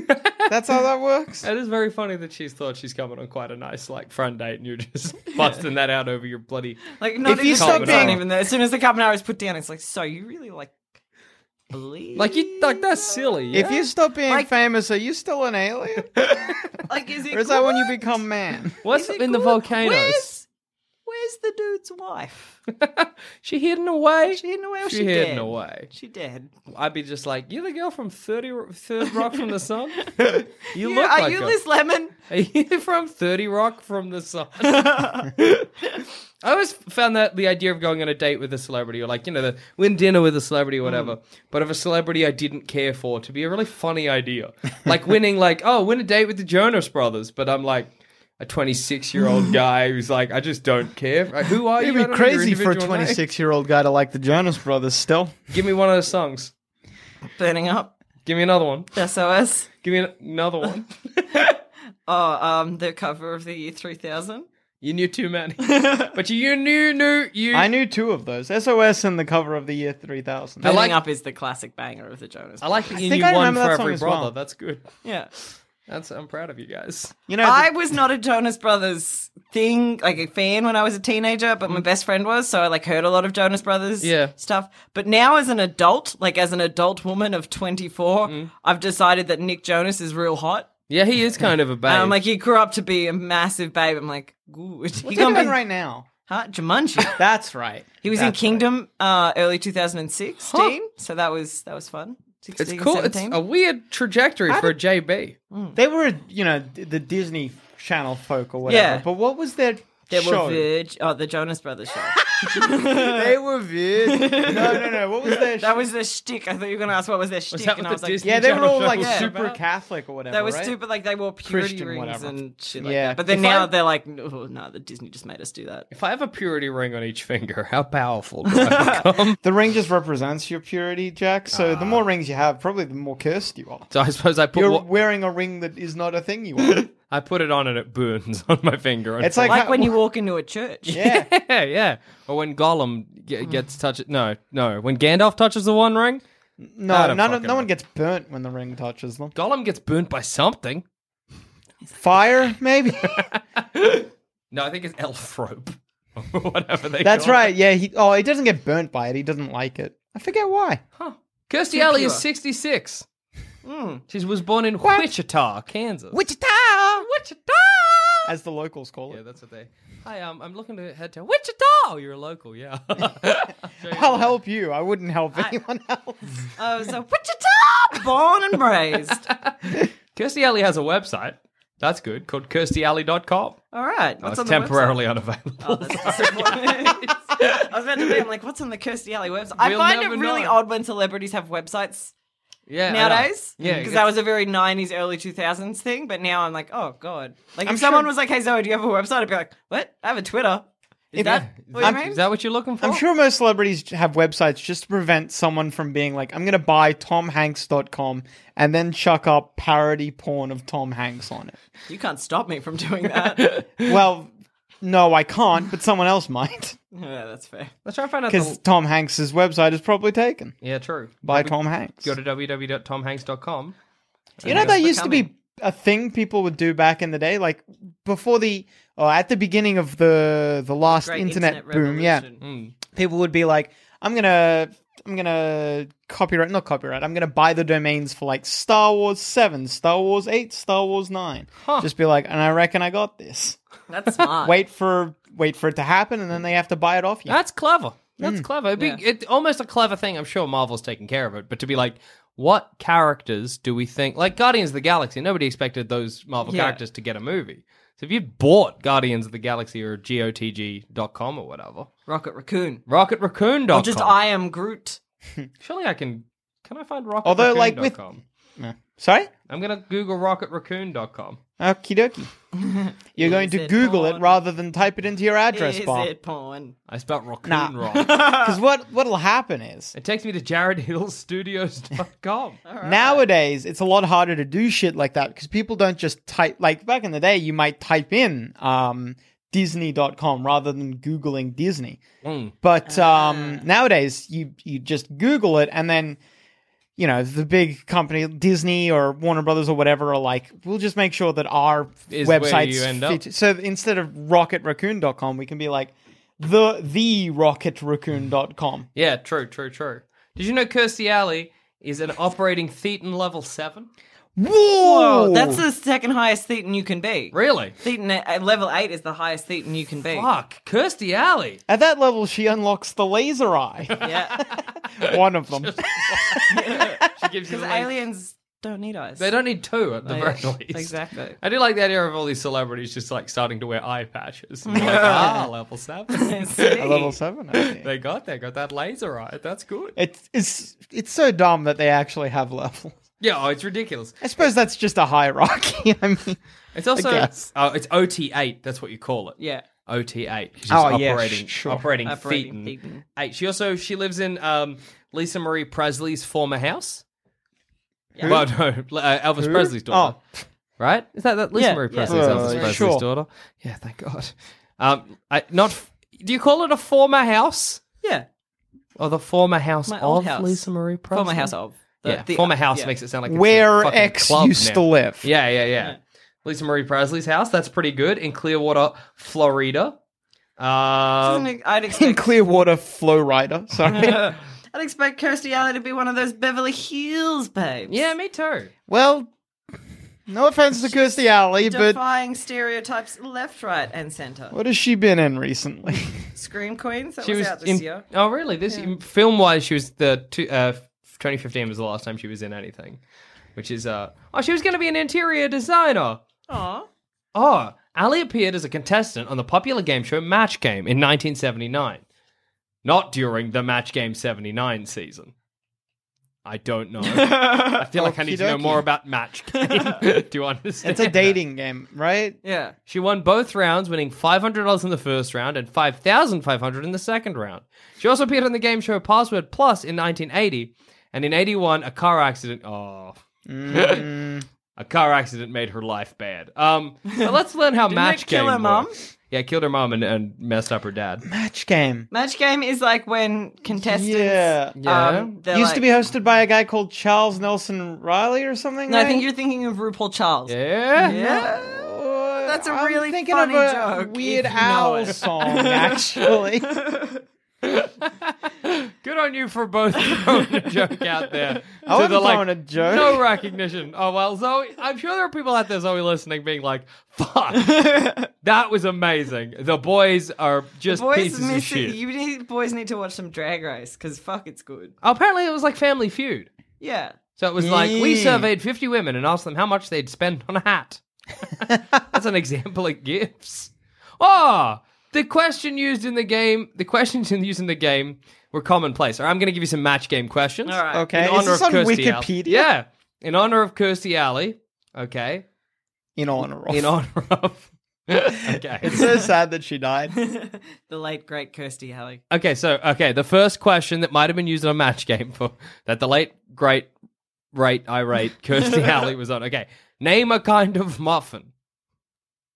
Speaker 3: that's how that works.
Speaker 2: It is very funny that she's thought she's coming on quite a nice like friend date, and you're just busting that out over your bloody.
Speaker 4: Like, not
Speaker 3: If you
Speaker 4: even,
Speaker 3: stop
Speaker 4: it's
Speaker 3: being-
Speaker 4: not even there. As soon as the carbonara is put down, it's like, so you really like believe?
Speaker 2: Like you, like that's silly. Yeah?
Speaker 3: If you stop being
Speaker 4: Like-
Speaker 3: famous, are you still an alien?
Speaker 4: like, is it?
Speaker 3: Or is that when you
Speaker 4: good?
Speaker 3: become man?
Speaker 2: what's
Speaker 4: Is it
Speaker 2: in the
Speaker 4: good?
Speaker 2: volcanoes?
Speaker 4: Where's, where's the dude's wife?
Speaker 2: she hidden away.
Speaker 4: She hidden away. Or she,
Speaker 2: She hidden
Speaker 4: dead?
Speaker 2: away.
Speaker 4: She dead.
Speaker 2: I'd be just like, you're the girl from 30 Ro- Third Rock from the Sun. You
Speaker 4: You-
Speaker 2: look
Speaker 4: are
Speaker 2: like
Speaker 4: you
Speaker 2: her.
Speaker 4: Liz Lemon?
Speaker 2: Are you from 30 Rock from the Sun? I always found that the idea of going on a date with a celebrity or like, you know, the win dinner with a celebrity
Speaker 3: Hmm.
Speaker 2: or whatever, but of a celebrity I didn't care for to be a really funny idea. Like winning like, oh, win a date with the Jonas Brothers, but I'm like a 26 year old guy who's like, I just don't care. Like, Who are
Speaker 3: It'd
Speaker 2: you? I
Speaker 3: be
Speaker 2: don't know your
Speaker 3: crazy for a
Speaker 2: individual name.
Speaker 3: 26 year old guy to like the Jonas Brothers. Still,
Speaker 2: Give me one of those songs.
Speaker 4: Burning up.
Speaker 2: Give me another one.
Speaker 4: SOS.
Speaker 2: Give me an- another one.
Speaker 4: Oh, um, the cover of the year 3000.
Speaker 2: You knew too many. but you, you knew, knew, you.
Speaker 3: I knew two of those: SOS and the cover of the year 3000.
Speaker 2: I
Speaker 4: Burning
Speaker 2: like-
Speaker 4: up is the classic banger of the Jonas.
Speaker 2: I like that you
Speaker 3: think
Speaker 2: knew
Speaker 3: I
Speaker 2: one
Speaker 3: remember
Speaker 2: for
Speaker 3: that song
Speaker 2: every
Speaker 3: as well.
Speaker 2: brother. That's good.
Speaker 4: Yeah.
Speaker 2: That's I'm proud of you guys.
Speaker 3: You know, the-
Speaker 4: I was not a Jonas Brothers thing, like a fan when I was a teenager, but my best friend was, so I like heard a lot of Jonas Brothers
Speaker 2: Mm. Yeah.
Speaker 4: stuff. But now as an adult, like as an adult woman of 24,
Speaker 2: Mm.
Speaker 4: I've decided that Nick Jonas is real hot.
Speaker 2: Yeah, he is kind of a babe.
Speaker 4: And I'm
Speaker 3: Um,
Speaker 4: like, he grew up to be a massive babe. I'm like, good. He
Speaker 3: what's
Speaker 4: gonna
Speaker 3: going
Speaker 4: be
Speaker 3: on right now?
Speaker 4: hot Jumanji.
Speaker 3: That's right.
Speaker 4: He was in
Speaker 3: That's
Speaker 4: Kingdom uh, early 2016, so that was that was fun. 16,
Speaker 2: it's cool. It's
Speaker 4: 17.
Speaker 2: a weird trajectory for a JB.
Speaker 3: They were, you know, d- the Disney Channel folk or whatever.
Speaker 4: Yeah.
Speaker 3: But what was their
Speaker 4: there
Speaker 3: show?
Speaker 4: were Virg, oh the Jonas Brothers show.
Speaker 3: they were vid. No, no, no. What was their?
Speaker 4: That
Speaker 3: show?
Speaker 4: was their shtick. I thought you were going to ask what was their shtick,
Speaker 2: that
Speaker 4: and
Speaker 2: what
Speaker 4: I was
Speaker 2: the
Speaker 4: like,
Speaker 2: Disney
Speaker 3: yeah, they were
Speaker 2: Channel
Speaker 3: all
Speaker 2: show
Speaker 3: like
Speaker 2: was
Speaker 3: super
Speaker 2: about?
Speaker 3: Catholic or whatever.
Speaker 4: That was
Speaker 3: right?
Speaker 4: stupid. Like they wore purity
Speaker 3: Christian,
Speaker 4: rings
Speaker 3: whatever.
Speaker 4: and shit like
Speaker 3: Yeah.
Speaker 4: that. But then
Speaker 2: If
Speaker 4: now
Speaker 2: I-
Speaker 4: they're like, oh, no, the Disney just made us do that.
Speaker 2: If I have a purity ring on each finger, how powerful do I become?
Speaker 3: The ring just represents your purity, Jack. So the more rings you have, probably the more cursed you are.
Speaker 2: so I suppose I put
Speaker 3: You're
Speaker 2: what-
Speaker 3: wearing a ring that is not a thing you are.
Speaker 2: I put it on and it burns on my finger.
Speaker 3: It's like,
Speaker 4: Like
Speaker 3: how-
Speaker 4: when you walk into a church.
Speaker 3: yeah.
Speaker 2: yeah, yeah. Or when Gollum ge-
Speaker 3: Mm.
Speaker 2: gets touched. No, no. When Gandalf touches the One Ring, I
Speaker 3: No,
Speaker 2: don't
Speaker 3: none of,
Speaker 2: fucking
Speaker 3: no
Speaker 2: know.
Speaker 3: one gets burnt when the ring touches them.
Speaker 2: Gollum gets burnt by something.
Speaker 3: Fire, maybe.
Speaker 2: No, I think it's elf rope. Whatever they
Speaker 3: That's
Speaker 2: call it.
Speaker 3: right. Yeah. He, oh, he doesn't get burnt by it. He doesn't like it. I forget why.
Speaker 2: Kirstie
Speaker 4: Too
Speaker 2: Alley is
Speaker 4: pure.
Speaker 2: 66.
Speaker 4: Mm.
Speaker 2: She was born in Wichita, Kansas.
Speaker 3: Wichita,
Speaker 2: Wichita!
Speaker 3: as the locals call it.
Speaker 2: Yeah, that's what they. Hi, um, I'm looking to head to Wichita. Oh, you're a local, yeah. I'll show you-
Speaker 3: I'll help you. I wouldn't help anyone else.
Speaker 4: I was like, Wichita, born and raised.
Speaker 2: Kirstie Alley has a website. That's good. Called kirstyalley.com.
Speaker 4: All right.
Speaker 2: It's
Speaker 4: What's on the website?
Speaker 2: temporarily unavailable.
Speaker 4: Oh, that's disappointing. I was about to be. I'm like, what's on the Kirstie Alley website? I
Speaker 2: We'll
Speaker 4: find it
Speaker 2: never
Speaker 4: really
Speaker 2: know.
Speaker 4: odd when celebrities have websites
Speaker 2: yeah. I know.
Speaker 4: nowadays.
Speaker 2: Yeah.
Speaker 4: because
Speaker 2: it's-
Speaker 4: that was a very '90s, early 2000s thing. But now I'm like, oh god. Like if
Speaker 3: I'm
Speaker 4: someone
Speaker 3: sure-
Speaker 4: was like, hey Zoe, do you have a website? I'd be like, what? I have a Twitter. Is
Speaker 3: If-
Speaker 4: that what
Speaker 2: I'm-
Speaker 4: you mean?
Speaker 2: Is that what you're looking for?
Speaker 3: I'm sure most celebrities have websites just to prevent someone from being like, I'm going to buy tomhanks.com and then chuck up parody porn of Tom Hanks on it.
Speaker 4: you can't stop me from doing that. yeah,
Speaker 3: Well, no, I can't, but someone else might
Speaker 4: that's fair.
Speaker 2: Let's try and find out.
Speaker 3: because
Speaker 2: The...
Speaker 3: Tom Hanks's website is probably taken
Speaker 2: Yeah, true.
Speaker 3: by Tom Hanks.
Speaker 2: Go to www.tomhanks.com.
Speaker 3: You know, that
Speaker 4: Thanks for
Speaker 3: used to be a thing people would do back in the day, like before the, or at the beginning of the the last
Speaker 4: Great
Speaker 3: internet, boom. Yeah,
Speaker 4: revolution.
Speaker 3: people would be like, I'm gonna, I'm gonna copyright, not copyright. I'm gonna buy the domains for like Star Wars Seven, Star Wars Eight, Star Wars Nine. Just be like, and I reckon I got this.
Speaker 4: Hmm. That's smart.
Speaker 3: Wait for, wait for it to happen, and then they have to buy it off you.
Speaker 2: That's clever. That's clever. It'd be,
Speaker 4: Hmm. Yeah.
Speaker 2: it, almost a clever thing. I'm sure Marvel's taking care of it, but to be like, what characters do we think? Like Guardians of the Galaxy, nobody expected those Marvel
Speaker 4: Yeah.
Speaker 2: characters to get a movie. So if you bought Guardians of the Galaxy or GOTG.com or whatever,
Speaker 4: Rocket Raccoon.
Speaker 2: RocketRaccoon.com.
Speaker 4: Or just I am Groot.
Speaker 2: Surely I can. Can I find RocketRaccoon.com?
Speaker 3: Although, like, with- Sorry,
Speaker 2: I'm going to Google RocketRaccoon.com.
Speaker 3: okie dokie. You're going to
Speaker 4: it
Speaker 3: Google it
Speaker 4: porn?
Speaker 3: rather than type it into your address
Speaker 4: Is
Speaker 3: bar.
Speaker 4: it porn?
Speaker 2: I spelled raccoon
Speaker 3: Nah.
Speaker 2: wrong.
Speaker 3: Because what what'll happen is
Speaker 2: it takes me to jaredhillstudios.com.
Speaker 3: Nowadays, it's a lot harder to do shit like that because people don't just type. Like back in the day, you might type in um, Disney.com rather than Googling Disney.
Speaker 2: Mm.
Speaker 3: But um,
Speaker 4: Ah.
Speaker 3: nowadays, you, you just Google it and then, you know, the big company, Disney or Warner Brothers or whatever, are like, we'll just make sure that our
Speaker 2: Is where
Speaker 3: websites.
Speaker 2: you end up.
Speaker 3: feature-" So instead of rocketraccoon.com, we can be like, the the rocketraccoon.com.
Speaker 2: Yeah, true, true, true. Did you know Kirstie Alley is an operating Thetan level 7?
Speaker 3: Whoa!
Speaker 4: Whoa, Oh, that's the second highest thetan you can be.
Speaker 2: Really?
Speaker 4: Thetan at at level eight is the highest thetan you can be.
Speaker 2: Fuck, Kirstie Alley.
Speaker 3: At that level, she unlocks the laser eye.
Speaker 4: Yeah,
Speaker 3: One of them.
Speaker 2: She gives you
Speaker 4: because
Speaker 2: the link.
Speaker 4: aliens don't need eyes.
Speaker 2: They don't need two at the
Speaker 4: They-
Speaker 2: very least.
Speaker 4: Exactly.
Speaker 2: I do like the idea of all these celebrities just like starting to wear eye patches. And you're like, ah, level 7.
Speaker 3: A level seven. I think.
Speaker 2: they got that, got that laser eye. That's good.
Speaker 3: It's it's it's so dumb that they actually have levels.
Speaker 2: Yeah, oh, it's ridiculous.
Speaker 3: I suppose that's just a hierarchy. I mean,
Speaker 2: It's also
Speaker 3: guess.
Speaker 2: oh, it's OT8. That's what you call it.
Speaker 4: Yeah.
Speaker 2: OT8. She's
Speaker 3: Oh, yeah,
Speaker 2: operating,
Speaker 3: sh- sure.
Speaker 2: operating,
Speaker 4: Operating
Speaker 2: Thetan.
Speaker 4: Thetan.
Speaker 2: Eight. She also she lives in um, Lisa Marie Presley's former house. Well, no, uh, Elvis Presley's
Speaker 3: Oh,
Speaker 2: daughter. Right? Is that that Lisa
Speaker 4: Oh. Yeah,
Speaker 2: Marie
Speaker 4: yeah.
Speaker 2: Presley's
Speaker 3: Uh,
Speaker 2: Elvis
Speaker 3: yeah.
Speaker 2: Presley's
Speaker 3: Sure.
Speaker 2: daughter? Yeah, thank God. Um, I, not. f- Do you call it a former house
Speaker 4: Yeah.
Speaker 2: or the former house
Speaker 4: My old
Speaker 2: of
Speaker 4: house.
Speaker 2: Lisa Marie Presley?
Speaker 4: Former house of. The-
Speaker 2: yeah,
Speaker 4: the-
Speaker 2: former house
Speaker 4: yeah.
Speaker 2: makes it sound like it's a
Speaker 3: where
Speaker 2: fucking
Speaker 3: X
Speaker 2: club
Speaker 3: used
Speaker 2: now.
Speaker 3: to live.
Speaker 2: Yeah, yeah, yeah. Lisa Marie Presley's house. That's pretty good in Clearwater, Florida. Um,
Speaker 4: Doesn't it- I'd
Speaker 3: In
Speaker 4: expect.
Speaker 3: Clearwater, Flow Rider. Sorry.
Speaker 4: I'd expect Kirstie Alley to be one of those Beverly Hills babes.
Speaker 2: yeah, me too.
Speaker 3: well, no offense to Kirstie Alley, but
Speaker 4: Defying stereotypes left, right, and centre.
Speaker 3: what has she been in recently?
Speaker 4: Scream Queens. That
Speaker 2: she
Speaker 4: was,
Speaker 2: was
Speaker 4: out this
Speaker 2: in,
Speaker 4: year.
Speaker 2: Oh, really? This film wise, she was the two, uh, 2015 was the last time she was in anything, which is uh oh, she was going to be an interior designer.
Speaker 4: Aw.
Speaker 2: Oh, Ali appeared as a contestant on the popular game show Match Game in 1979, not during the Match Game 79 season. I don't know. I feel like I need to know
Speaker 3: Okey-dokey.
Speaker 2: more about Match Game. Do you understand?
Speaker 3: It's a dating game, right?
Speaker 4: Yeah.
Speaker 2: She won both rounds, winning $500 in the first round and $5,500 in the second round. She also appeared on the game show Password Plus in 1980, and in 81, a car accident. Oh.
Speaker 3: Mm.
Speaker 2: a car accident made her life bad. Um, but let's learn how match
Speaker 4: it kill
Speaker 2: game
Speaker 4: her mum?
Speaker 2: works. Yeah, killed her mom and, and messed up her dad.
Speaker 3: Match game.
Speaker 4: Match game is like when contestants. um,
Speaker 3: Yeah.
Speaker 2: Yeah.
Speaker 4: they're
Speaker 3: Used
Speaker 4: like-
Speaker 3: to be hosted by a guy called Charles Nelson Riley or something.
Speaker 4: No, I
Speaker 3: right?
Speaker 4: think you're thinking of RuPaul Charles.
Speaker 2: Yeah.
Speaker 4: Yeah.
Speaker 3: Uh,
Speaker 4: That's a
Speaker 3: I'm
Speaker 4: really
Speaker 3: thinking
Speaker 4: funny
Speaker 3: of a
Speaker 4: joke,
Speaker 3: Weird
Speaker 4: if you know
Speaker 3: Owl
Speaker 4: it.
Speaker 3: song, actually.
Speaker 2: Good on you for both throwing a joke out there.
Speaker 3: I
Speaker 2: To the,
Speaker 3: wasn't
Speaker 2: like,
Speaker 3: throwing a joke.
Speaker 2: No recognition. Oh well, Zoe. I'm sure there are people out there, Zoe, listening, being like, "Fuck, that was amazing." The boys are just
Speaker 4: Boys
Speaker 2: pieces of
Speaker 4: miss
Speaker 2: shit.
Speaker 4: it. You need boys need to watch some Drag Race because fuck, it's good.
Speaker 2: Apparently, it was like Family Feud.
Speaker 4: Yeah.
Speaker 2: So it was like we
Speaker 3: Yeah.
Speaker 2: surveyed 50 women and asked them how much they'd spend on a hat. That's an example of gifts. Ah, the question used in the game, the questions in- used in the game were commonplace. All right, I'm going to give you some match game questions.
Speaker 4: All right.
Speaker 3: Okay,
Speaker 2: In
Speaker 3: is
Speaker 2: honor
Speaker 3: this
Speaker 2: of
Speaker 3: on
Speaker 2: Kirstie Alley.
Speaker 3: Wikipedia?
Speaker 2: Yeah. In honor of Kirstie Alley. Okay.
Speaker 3: In honor of.
Speaker 2: In honor of. okay.
Speaker 3: it's so sad that she died.
Speaker 4: the late great Kirsty Alley.
Speaker 2: Okay, so okay, the first question that might have been used on a match game for that the late great rate irate Kirstie Alley was on. Okay, name a kind of muffin.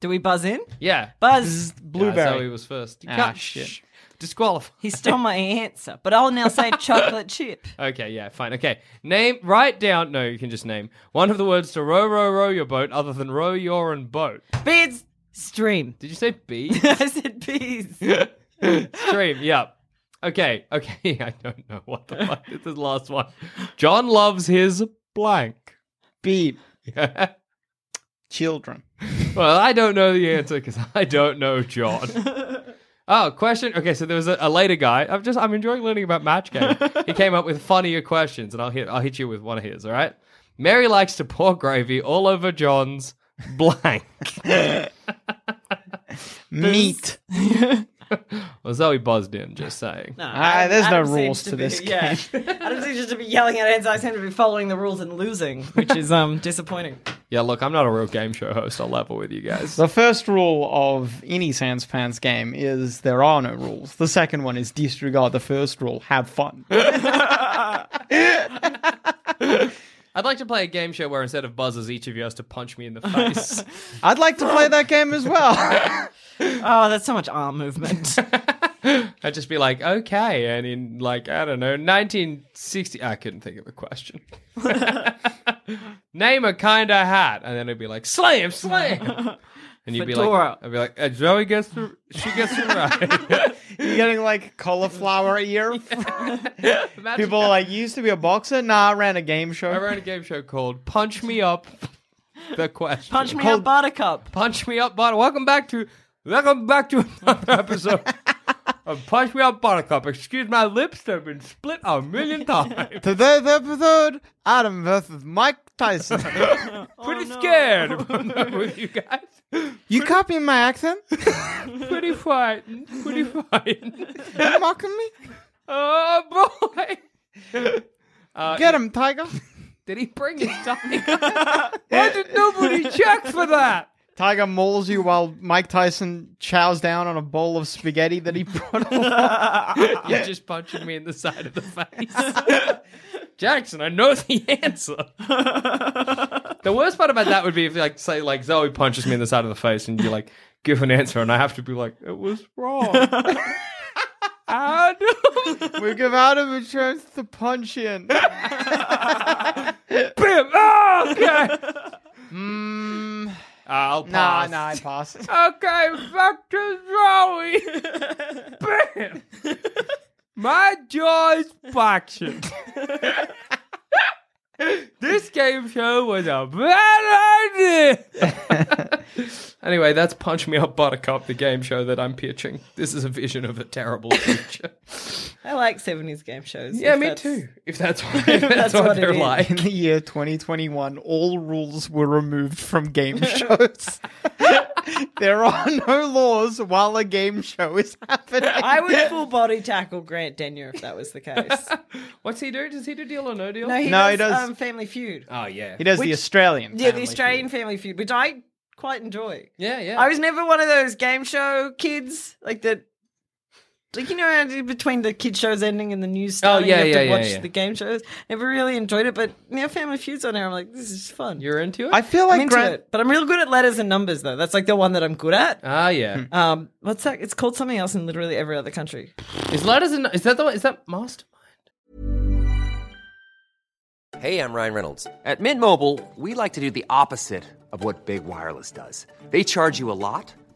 Speaker 4: Do we buzz in?
Speaker 2: Yeah, Yeah,
Speaker 4: Buzz.
Speaker 2: that's how he
Speaker 3: Blueberry.
Speaker 2: was first. You
Speaker 3: Ah,
Speaker 2: can't-
Speaker 3: shit.
Speaker 2: shh. Disqualify.
Speaker 4: He stole my answer, but I'll now say chocolate chip.
Speaker 2: Okay, yeah, fine. Okay, name. Write down. No, you can just name one of the words to row, row, row your boat, other than row your and boat.
Speaker 4: Beads. Stream.
Speaker 2: Did you say B?
Speaker 4: I said bees.
Speaker 2: Stream. Yep. Okay. Okay. I don't know what the fuck this is. The last one. John loves his blank.
Speaker 3: B.
Speaker 2: Yeah.
Speaker 3: Children.
Speaker 2: Well, I don't know the answer because I don't know John. Oh, question. Okay, so there was a, a later guy. I'm just I'm enjoying learning about match game. he came up with funnier questions, and I'll hit I'll hit you with one of his. All right. Mary likes to pour gravy all over John's blank.
Speaker 3: Meat.
Speaker 2: well, Zoe buzzed in. Just saying.
Speaker 4: No,
Speaker 3: Ah, there's no
Speaker 4: seems
Speaker 3: rules to this
Speaker 4: be, yeah. Adam seems just to be yelling at answers. I seem to be following the rules and losing, which is um disappointing.
Speaker 2: Yeah, look, I'm not a real game show host. I'll level with you guys.
Speaker 3: The first rule of any Sans Pants game is there are no rules. The second one is disregard the first rule. Have fun.
Speaker 2: I'd like to play a game show where instead of buzzers, each of you has to punch me in the face.
Speaker 3: I'd like to play that game as well.
Speaker 4: Oh, that's so much arm movement.
Speaker 2: I'd just be like, okay, and in like I don't know, 1960, I couldn't think of a question. Name a kind of hat, and then it'd be like slam, slam, and you'd be
Speaker 4: Fedora.
Speaker 2: like, I'd be like, uh, Zoe gets the, she gets it right.
Speaker 3: You're getting like cauliflower ear.
Speaker 2: Imagine
Speaker 3: People are like, you used to be a boxer? Nah, I ran a game show.
Speaker 2: I ran a game show called "Punch Me Up," the question.
Speaker 4: Punch me
Speaker 3: Cold-
Speaker 4: up, Buttercup.
Speaker 2: punch me up, butter. Welcome back to, welcome back to another episode. of Punch me up, buttercup. Excuse my lips; they've been split a million times.
Speaker 3: Today's episode, Adam versus Mike Tyson.
Speaker 2: pretty scared with you guys.
Speaker 3: you copying my accent?
Speaker 2: Pretty frightened. Pretty frightened.
Speaker 3: You mocking me?
Speaker 2: Oh boy!
Speaker 3: Get him, Tiger.
Speaker 2: Did he bring his tiger? Why did nobody check for that?
Speaker 3: Tiger mauls you while Mike Tyson chows down on a bowl of spaghetti that he brought along.
Speaker 2: You're just punching me in the side of the face. Jackson, I know the answer. the worst part about that would be if, like, say, like Zoe punches me in the side of the face, and you like give an answer, and I have to be like, "It was wrong." Adam.
Speaker 3: we give Adam a chance to punch in.
Speaker 2: Bim! Oh, okay.
Speaker 3: Mm,
Speaker 2: I'll
Speaker 3: nah,
Speaker 2: pass.
Speaker 3: nah, I pass.
Speaker 2: Okay, back to Zoe. Bam. My jaw's boxing. this game show was a bad idea. anyway, that's Punch Me Up Buttercup, the game show that I'm pitching. This is a vision of a terrible future.
Speaker 4: I like seventies game shows.
Speaker 2: yeah,
Speaker 4: if
Speaker 2: me
Speaker 4: that's-
Speaker 2: too. If that's what, if that's
Speaker 4: that's
Speaker 2: what,
Speaker 4: what it
Speaker 2: they're
Speaker 4: is.
Speaker 2: like.
Speaker 3: In the year 2021, all rules were removed from game shows. there are no laws while a game show is happening.
Speaker 4: I would full body tackle Grant Denyer if that was the case.
Speaker 2: What's he do? Does he do Deal or No Deal?
Speaker 4: No, he
Speaker 3: No,
Speaker 4: does,
Speaker 3: he does-
Speaker 4: Um, Family Feud.
Speaker 2: oh yeah.
Speaker 3: He does
Speaker 4: Which-
Speaker 3: the Australian.
Speaker 4: yeah, the
Speaker 3: Family
Speaker 4: Australian Family Feud, which I quite enjoy.
Speaker 2: Yeah, yeah.
Speaker 4: I was never one of those game show kids, like that. Like you know, how do- between the kid shows ending and the news starting,
Speaker 2: Oh, yeah,
Speaker 4: you have
Speaker 2: yeah,
Speaker 4: to
Speaker 2: yeah,
Speaker 4: watch
Speaker 2: yeah.
Speaker 4: the game shows. Never really enjoyed it, but now Family Feud's on there. I'm like, this is fun.
Speaker 2: You're into it?
Speaker 3: I feel
Speaker 4: I'm
Speaker 3: like
Speaker 4: into
Speaker 3: Grant.
Speaker 4: it, but I'm real good at letters and numbers though. That's like the one that I'm good at.
Speaker 2: ah, yeah.
Speaker 4: Um, what's that? It's called something else in literally every other country.
Speaker 2: Is letters and is that the one? Is that mastermind?
Speaker 5: Hey, I'm Ryan Reynolds. At Mint Mobile, we like to do the opposite of what Big Wireless does. They charge you a lot,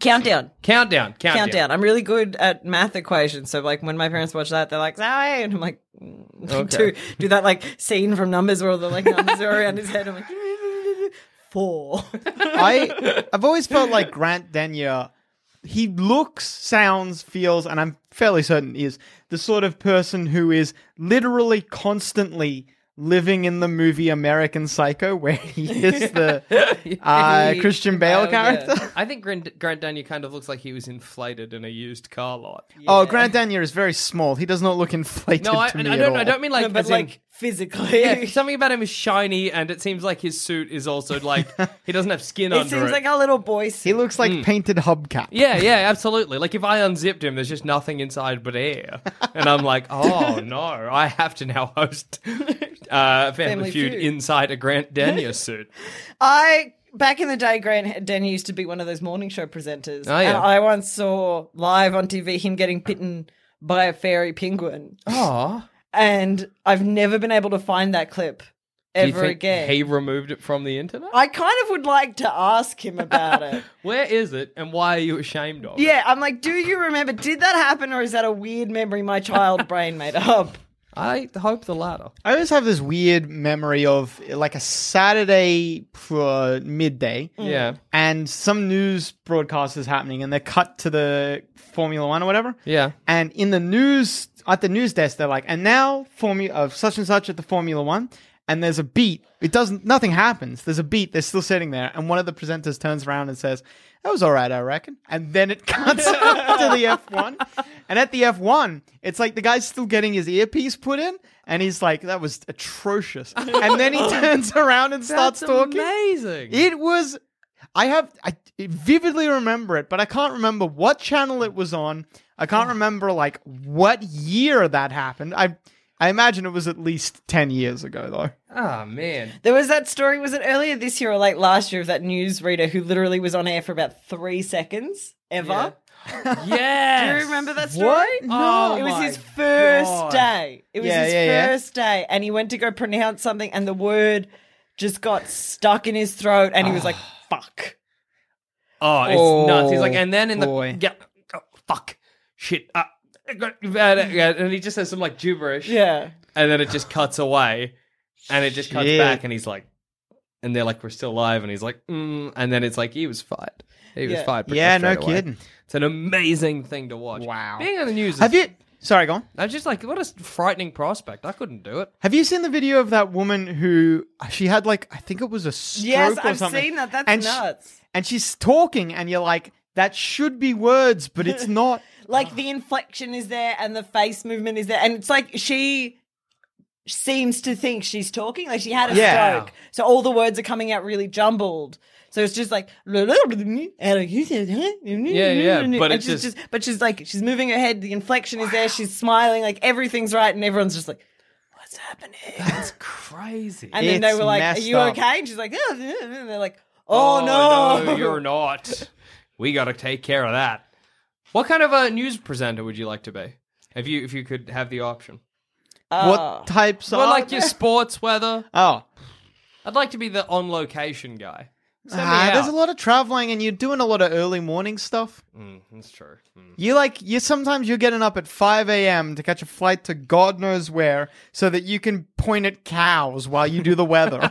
Speaker 4: Countdown.
Speaker 2: Countdown. Countdown.
Speaker 4: Countdown. I'm really good at math equations. So, like, when my parents watch that, they're like, Zoe! And I'm like, mm, do, do that, like, scene from Numbers where all the, like, numbers are around his head. I'm like, four.
Speaker 3: I I've always felt like Grant Denyer. He looks, sounds, feels, and I'm fairly certain is the sort of person who is literally constantly living in the movie American Psycho, where he is the uh, Christian Bale
Speaker 4: Bale,
Speaker 3: character.
Speaker 2: Oh, I think Grant, Grant Daniel kind of looks like he was inflated in a used car lot.
Speaker 3: Oh, Grant Denyer is very small. He does not look inflated
Speaker 2: No, I,
Speaker 3: to
Speaker 2: and
Speaker 3: me
Speaker 2: I
Speaker 3: at
Speaker 2: don't.
Speaker 3: all.
Speaker 2: I don't mean like,
Speaker 4: No, but,
Speaker 2: as in-
Speaker 4: like, physically.
Speaker 2: yeah, something about him is shiny, and it seems like his suit is also like he doesn't have skin
Speaker 4: It
Speaker 2: under
Speaker 4: seems
Speaker 2: it.
Speaker 4: like a little boy.
Speaker 3: He looks like painted hubcap.
Speaker 2: Hmm. yeah, yeah, absolutely. Like if I unzipped him, there's just nothing inside but air, and I'm like, oh no, I have to now host uh, Family,
Speaker 4: Family
Speaker 2: Feud,
Speaker 4: Feud.
Speaker 2: inside a Grant Daniel suit.
Speaker 4: I back in the day, Grant Denny used to be one of those morning show presenters,
Speaker 2: Oh, yeah.
Speaker 4: and I once saw live on TV him getting bitten by a fairy penguin,
Speaker 2: Oh,
Speaker 4: and I've never been able to find that clip
Speaker 2: do you
Speaker 4: ever
Speaker 2: think
Speaker 4: again.
Speaker 2: he removed it from the internet?
Speaker 4: I kind of would like to ask him about it.
Speaker 2: Where is it, and why are you ashamed of? it?
Speaker 4: yeah, I'm like, do you remember? Did that happen, or is that a weird memory my child brain made up?
Speaker 2: I hope the latter.
Speaker 3: I always have this weird memory of like a Saturday uh, midday.
Speaker 2: Yeah.
Speaker 3: and some news broadcast is happening and they're cut to the Formula One or whatever.
Speaker 2: Yeah.
Speaker 3: And in the news, at the news desk, they're like, and now Formula of such and such at the Formula One. And there's a beat. It doesn't, nothing happens. There's a beat. They're still sitting there. And one of the presenters turns around and says, that was all right, I reckon. And then it cuts up to the F1. And at the F1, it's like the guy's still getting his earpiece put in. And he's like, that was atrocious. And then he turns around and starts talking.
Speaker 2: amazing.
Speaker 3: It was. I have. I vividly remember it, but I can't remember what channel it was on. I can't
Speaker 4: Oh.
Speaker 3: remember like what year that happened. I. I imagine it was at least ten years ago, though. Ah,
Speaker 2: oh man.
Speaker 4: There was that story, was it earlier this year or late last year, of that newsreader who literally was on air for about three seconds ever?
Speaker 2: Yeah.
Speaker 4: Do you remember that story?
Speaker 3: Oh
Speaker 2: No.
Speaker 4: it was his
Speaker 2: my
Speaker 4: first
Speaker 2: God.
Speaker 4: day. It was
Speaker 3: Yeah,
Speaker 4: his
Speaker 3: yeah, yeah.
Speaker 4: first day, and he went to go pronounce something, and the word just got stuck in his throat, and he was like, "Fuck."
Speaker 2: Oh, it's nuts. He's like, and then in
Speaker 3: boy.
Speaker 2: the yeah, oh, fuck, shit. Uh, and he just says some like gibberish.
Speaker 4: Yeah,
Speaker 2: And then it just cuts away, and it just cuts
Speaker 3: Shit.
Speaker 2: back, and he's like, and they're like, we're still live, and he's like, mm, and then it's like he was fired. He was
Speaker 4: Yeah.
Speaker 2: fired. pretty
Speaker 3: Yeah,
Speaker 2: much
Speaker 3: no
Speaker 2: straight away.
Speaker 3: kidding.
Speaker 2: It's an amazing thing to watch.
Speaker 3: Wow.
Speaker 2: Being on the news. Is,
Speaker 3: Have you? Sorry, go on.
Speaker 2: I was just like, what a frightening prospect. I couldn't do it.
Speaker 3: Have you seen the video of that woman who she had like I think it was a stroke
Speaker 4: yes,
Speaker 3: or
Speaker 4: I've
Speaker 3: something?
Speaker 4: seen that. That's
Speaker 3: and she-
Speaker 4: nuts.
Speaker 3: and she's talking, and you're like, that should be words, but it's not.
Speaker 4: Like the inflection is there, and the face movement is there, and it's like she seems to think she's talking, like she had a
Speaker 3: Yeah.
Speaker 4: stroke, so all the words are coming out really jumbled. So it's just like, yeah,
Speaker 2: yeah, but
Speaker 4: and
Speaker 2: it's
Speaker 4: she's
Speaker 2: just-
Speaker 4: but she's like, she's moving her head. The inflection is there. She's smiling, like everything's right, and everyone's just like, "What's happening?"
Speaker 2: It's crazy.
Speaker 4: And then they
Speaker 3: It's
Speaker 4: were like, "Are
Speaker 3: messed
Speaker 4: you
Speaker 3: up.
Speaker 4: okay?" And she's like, "Yeah," and they're like, "Oh, no.
Speaker 2: you're not. We got to take care of that. What kind of a news presenter would you like to be? If you if you could have the option,
Speaker 4: Oh.
Speaker 3: What types
Speaker 2: well,
Speaker 3: are
Speaker 4: Um,
Speaker 2: like your
Speaker 3: there?
Speaker 2: sports weather.
Speaker 3: Oh,
Speaker 2: I'd like to be the on location guy. Send me
Speaker 3: Ah, there's a
Speaker 2: out.
Speaker 3: lot of traveling, and you're doing a lot of early morning stuff.
Speaker 2: That's true. Mm.
Speaker 3: You like you sometimes you're getting up at 5 a.m. to catch a flight to God knows where, so that you can point at cows while you do the weather.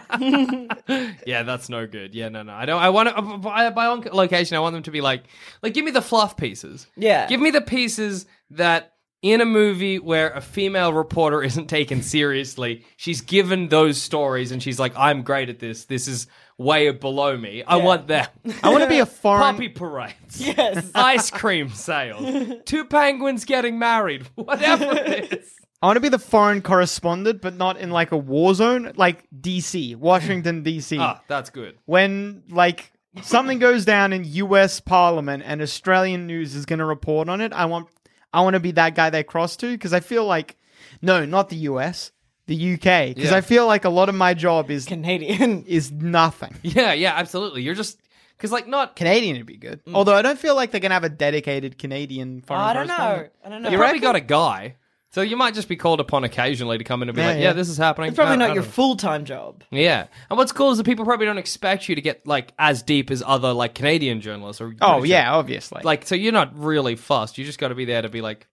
Speaker 2: Yeah, that's no good. Yeah, no, no. I don't. I want to, by, by on location. I want them to be like, like, give me the fluff pieces.
Speaker 4: Yeah.
Speaker 2: give me the pieces that in a movie where a female reporter isn't taken seriously, she's given those stories and she's like, "I'm great at this. This is way below me. I want that."
Speaker 3: I want to be a foreign.
Speaker 2: Puppy parades,
Speaker 4: Yes.
Speaker 2: ice cream sales, two penguins getting married, whatever it is.
Speaker 3: I want to be the foreign correspondent, but not in like a war zone, like DC, Washington DC.
Speaker 2: Ah, that's good.
Speaker 3: when like something goes down in US Parliament and Australian news is going to report on it, I want I want to be that guy they cross to because I feel like no, not the US, the UK because
Speaker 2: Yeah.
Speaker 3: I feel like a lot of my job is
Speaker 4: Canadian.
Speaker 3: is nothing.
Speaker 2: Yeah, yeah, absolutely. You're just because like not.
Speaker 3: Canadian would be good.
Speaker 2: Mm.
Speaker 3: Although I don't feel like they're going to have a dedicated Canadian foreign
Speaker 4: I don't know.
Speaker 3: correspondent.
Speaker 4: I don't know.
Speaker 2: You probably got a guy, so you might just be called upon occasionally to come in and be
Speaker 3: Yeah,
Speaker 2: like, yeah.
Speaker 3: yeah.
Speaker 2: this is happening."
Speaker 4: It's probably
Speaker 2: I- I
Speaker 4: not your
Speaker 2: don't know.
Speaker 4: full time job.
Speaker 2: yeah, and what's cool is that people probably don't expect you to get like as deep as other like Canadian journalists. Or
Speaker 3: Oh
Speaker 2: British-
Speaker 3: yeah, obviously.
Speaker 2: like so you're not really fussed. You just got to be there to be like,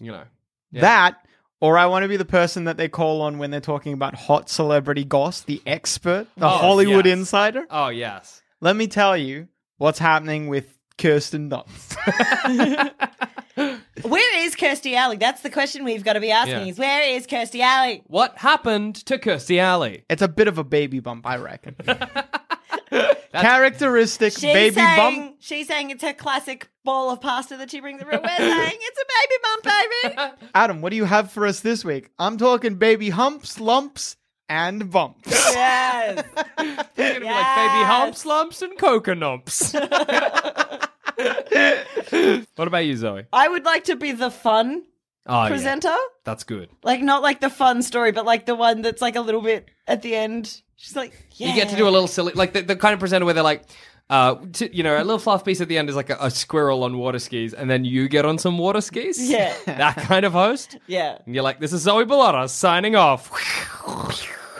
Speaker 2: you know,
Speaker 3: that or I want to be the person that they call on when they're talking about hot celebrity goss, the expert, the
Speaker 2: Oh,
Speaker 3: Hollywood
Speaker 2: yes.
Speaker 3: insider.
Speaker 2: oh yes,
Speaker 3: Let me tell you what's happening with Kirsten Dunst.
Speaker 4: Where is Kirsty Alley? That's the question we've got to be asking
Speaker 2: Yeah.
Speaker 4: is where is Kirsty Alley?
Speaker 2: what happened to Kirstie Alley?
Speaker 3: It's a bit of a baby bump, I reckon. Characteristic
Speaker 4: She's
Speaker 3: baby
Speaker 4: saying,
Speaker 3: bump.
Speaker 4: She's saying it's her classic ball of pasta that she brings over. We're saying it's a baby bump, baby.
Speaker 3: Adam, what do you have for us this week? I'm talking baby humps, lumps, and bumps.
Speaker 4: yes.
Speaker 2: You're gonna be like baby
Speaker 4: Yes.
Speaker 2: humps, lumps, and coconuts. what about you, Zoe?
Speaker 4: I would like to be the fun
Speaker 2: Oh, yeah.
Speaker 4: presenter.
Speaker 2: That's good.
Speaker 4: Like, not like the fun story, but like the one that's like a little bit at the end. She's like, yeah.
Speaker 2: You get to do a little silly, like the, the kind of presenter where they're like, uh, t- you know, a little fluff piece at the end is like a, a squirrel on water skis, and then you get on some water skis.
Speaker 4: Yeah.
Speaker 2: that kind of host.
Speaker 4: Yeah.
Speaker 2: And you're like, this is Zoe Bellotta signing off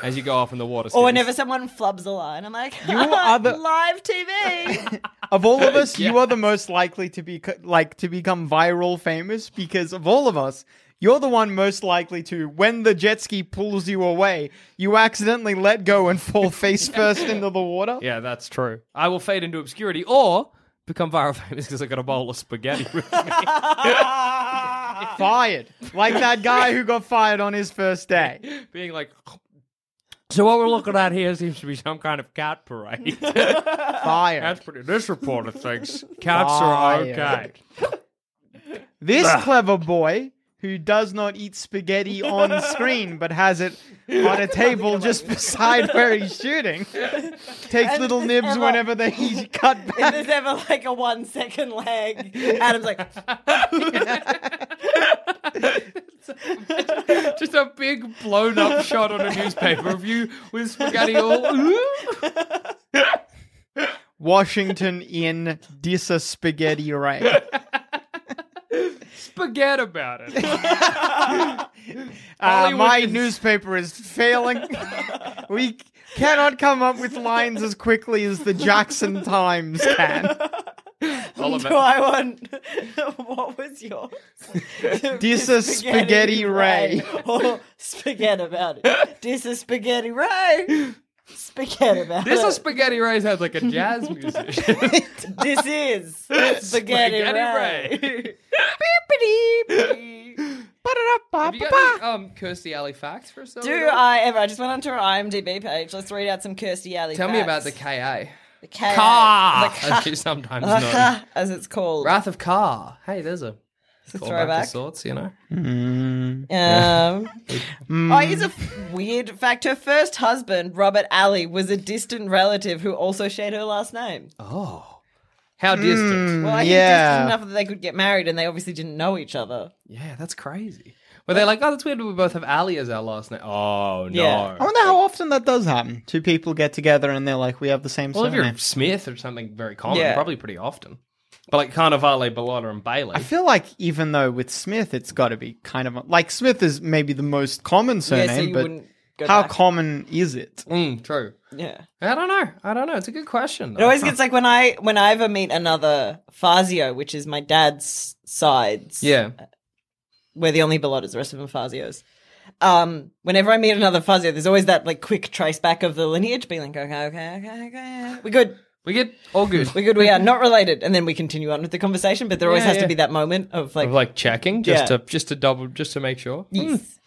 Speaker 2: as you go off in the water skis.
Speaker 4: Or whenever someone flubs a line, I'm like, you
Speaker 3: are the-
Speaker 4: live TV.
Speaker 3: of all of us, you are the most likely to be co- like to become viral famous because of all of us, you're the one most likely to when the jet ski pulls you away, you accidentally let go and fall face first into the water.
Speaker 2: Yeah, that's true. I will fade into obscurity or become viral famous because I got a bowl of spaghetti with me.
Speaker 3: Fired. Like that guy who got fired on his first day.
Speaker 2: being like. So what we're looking at here seems to be some kind of cat parade.
Speaker 3: Fired.
Speaker 2: That's pretty. This reporter thinks cats are
Speaker 3: Fired.
Speaker 2: okay.
Speaker 3: This clever boy who does not eat spaghetti on screen but has it on a table just beside where he's shooting takes
Speaker 4: And
Speaker 3: little
Speaker 4: this
Speaker 3: nibs
Speaker 4: ever-
Speaker 3: whenever they he's cut
Speaker 4: if
Speaker 3: back.
Speaker 4: there's ever like a one second lag, Adam's like,
Speaker 2: Just a big blown up shot on a newspaper of you with spaghetti all.
Speaker 3: Washington in Disa Spaghetti Ray.
Speaker 2: Forget about it.
Speaker 3: Uh, my
Speaker 2: Hollywood-
Speaker 3: newspaper is failing. we cannot come up with lines as quickly as the Jackson Times can.
Speaker 4: do I want? what was yours?
Speaker 3: This is Spaghetti Ray.
Speaker 4: or spaghetti about it. This is spaghetti Ray. Spaghetti about
Speaker 2: This
Speaker 4: it.
Speaker 2: is spaghetti Ray sounds like a jazz musician.
Speaker 4: this is spaghetti, Ray.
Speaker 2: Ray. Have you
Speaker 3: Ba-da-da-ba-ba-ba.
Speaker 2: got any, um Kirstie Alley facts for us? Zoe,
Speaker 4: Do
Speaker 2: though?
Speaker 4: I ever? I just went onto her IMDb page. Let's read out some Kirsty Alley.
Speaker 2: Tell me about
Speaker 4: facts.
Speaker 2: the KA.
Speaker 4: the K-
Speaker 2: Car,
Speaker 4: the
Speaker 2: as
Speaker 4: ca-
Speaker 2: you sometimes
Speaker 4: the
Speaker 2: know.
Speaker 4: ca- as it's called.
Speaker 2: Wrath of Car. Hey, there's a
Speaker 4: It's a
Speaker 2: throwback of
Speaker 4: throwback.
Speaker 2: sorts, you know.
Speaker 4: Um,
Speaker 3: Mm.
Speaker 4: oh, here's a f- weird fact. Her first husband, Robert Alley, was a distant relative who also shared her last name.
Speaker 2: Oh, how distant?
Speaker 4: well, I think
Speaker 3: yeah.
Speaker 4: distant enough that they could get married, and they obviously didn't know each other.
Speaker 2: Yeah, that's crazy. But they're like, oh, that's weird. We both have Ali as our last name. Oh no.
Speaker 4: Yeah.
Speaker 3: I wonder how often that does happen. Two people get together and they're like, we have the same
Speaker 2: Well, if
Speaker 3: surname.
Speaker 2: you're Smith or something very common,
Speaker 4: Yeah.
Speaker 2: probably pretty often. But like Carnivale, Bellotta, and Bailey.
Speaker 3: I feel like even though with Smith, it's got to be kind of like Smith is maybe the most common
Speaker 4: Yeah,
Speaker 3: surname,
Speaker 4: so you wouldn't go
Speaker 3: but how
Speaker 4: back.
Speaker 3: common is it?
Speaker 2: Mm, true.
Speaker 4: yeah.
Speaker 2: I don't know. I don't know. It's a good question.
Speaker 4: It always gets like when I when I ever meet another Fazio, which is my dad's sides.
Speaker 2: yeah.
Speaker 4: We're the only Belottas, the rest of them are Fazios. Um, whenever I meet another Fazio, there's always that like quick trace back of the lineage, being like, okay, okay, okay, okay, we good,
Speaker 2: We get all good.
Speaker 4: we good, we are not related, and then we continue on with the conversation. But there always
Speaker 2: Yeah,
Speaker 4: has
Speaker 2: yeah.
Speaker 4: to be that moment of like,
Speaker 2: Of like checking just
Speaker 4: Yeah.
Speaker 2: to just to double just to make sure. Mm.
Speaker 4: yes.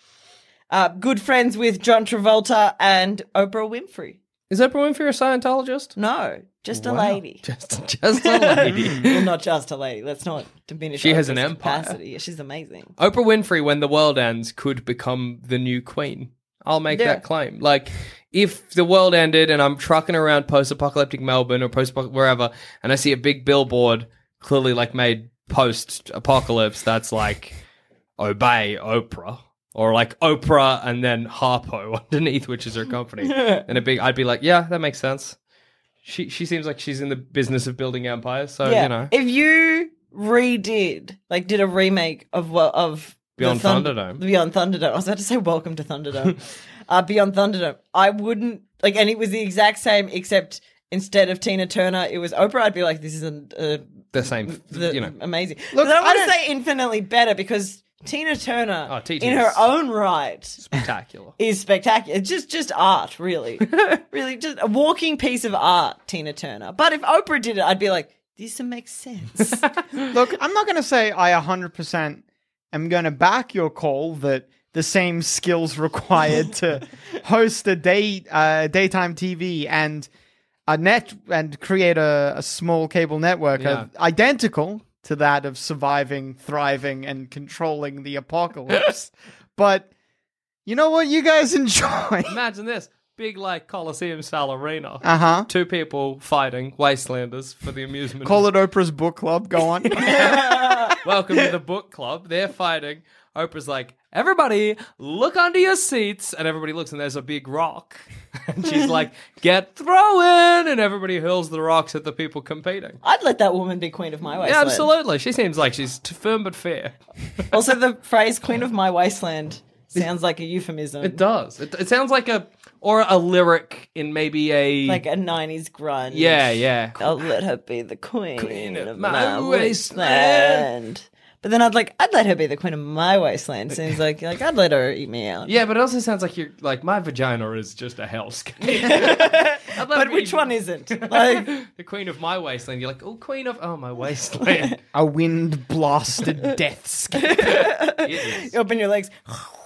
Speaker 4: Uh, good friends with John Travolta and Oprah Winfrey.
Speaker 2: Is Oprah Winfrey a Scientologist?
Speaker 4: No, just a
Speaker 2: Wow.
Speaker 4: lady.
Speaker 2: Just, just a lady.
Speaker 4: well, not just a lady. Let's not diminish.
Speaker 2: She has
Speaker 4: Oprah's
Speaker 2: an empire.
Speaker 4: Capacity. Yeah, She's amazing.
Speaker 2: Oprah Winfrey, when the world ends, could become the new queen. I'll make
Speaker 4: Yeah.
Speaker 2: that claim. Like, if the world ended and I'm trucking around post-apocalyptic Melbourne or post wherever, and I see a big billboard clearly like made post-apocalypse, that's like obey Oprah or like Oprah and then Harpo underneath, which is her company, and a big. I'd be like, yeah, that makes sense. She she seems like she's in the business of building empires, so
Speaker 4: yeah.
Speaker 2: you know.
Speaker 4: If you redid, like, did a remake of well, of the
Speaker 2: Beyond
Speaker 4: Thun-
Speaker 2: Thunderdome.
Speaker 4: Beyond Thunderdome. I was about to say Welcome to Thunderdome. uh, Beyond Thunderdome. I wouldn't like, and it was the exact same, except instead of Tina Turner, it was Oprah. I'd be like, this isn't. Uh,
Speaker 2: the same,
Speaker 4: the,
Speaker 2: you know.
Speaker 4: amazing.
Speaker 3: Look,
Speaker 4: but I
Speaker 3: I
Speaker 4: want
Speaker 3: don't-
Speaker 4: to say infinitely better because Tina Turner,
Speaker 2: Oh, TT
Speaker 4: in
Speaker 2: is-
Speaker 4: her own right,
Speaker 2: Spectacular.
Speaker 4: is spectacular. It's Just just art, really. really, just a walking piece of art, Tina Turner. But if Oprah did it, I'd be like, this makes sense.
Speaker 3: Look, I'm not going to say I 100% am going to back your call that the same skills required to host a day uh, daytime TV and a net and create a, a small cable network are identical to that of surviving, thriving, and controlling the apocalypse. but you know what? You guys enjoy.
Speaker 2: Imagine this big, like, Coliseum style arena.
Speaker 3: Uh huh.
Speaker 2: Two people fighting, wastelanders, for the amusement.
Speaker 3: Call it Oprah's book club. Go on.
Speaker 2: Welcome to the book club. They're fighting. Oprah's like, everybody, look under your seats. And everybody looks, and there's a big rock. And she's like, get throwing. And everybody hurls the rocks at the people competing.
Speaker 4: I'd let that woman be queen of my wasteland.
Speaker 2: Yeah, absolutely. She seems like she's t- firm but fair.
Speaker 4: Also, the phrase "queen of my wasteland" sounds like a euphemism,
Speaker 2: It does. It, it sounds like a, or a lyric in maybe a.
Speaker 4: like a '90s grunge.
Speaker 2: yeah, yeah.
Speaker 4: I'll let her be the queen,
Speaker 2: of
Speaker 4: of,
Speaker 2: my
Speaker 4: my,
Speaker 2: wasteland.
Speaker 4: wasteland. But then I'd like, I'd let her be the queen of my wasteland. Seems like, like I'd let her eat me out.
Speaker 2: Yeah, but it also sounds like you're like my vagina is just a hellscape. I'd love
Speaker 4: but
Speaker 2: to
Speaker 4: which
Speaker 2: be
Speaker 4: one isn't? Like,
Speaker 2: the queen of my wasteland? You're like, oh, queen of oh my wasteland.
Speaker 3: a wind blasted death scape.
Speaker 2: It is.
Speaker 4: you open your legs. oh,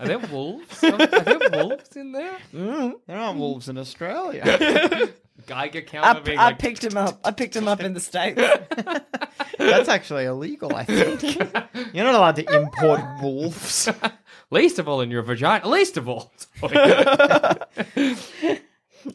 Speaker 2: Are there wolves? Are there wolves in there?
Speaker 3: There aren't wolves in Australia.
Speaker 2: Geiger counter
Speaker 4: I,
Speaker 2: being
Speaker 4: I
Speaker 2: like,
Speaker 4: picked him up. I picked him up in the states.
Speaker 3: That's actually illegal, I think. You're not allowed to import wolves.
Speaker 2: least of all in your vagina. Least of all. Sorry.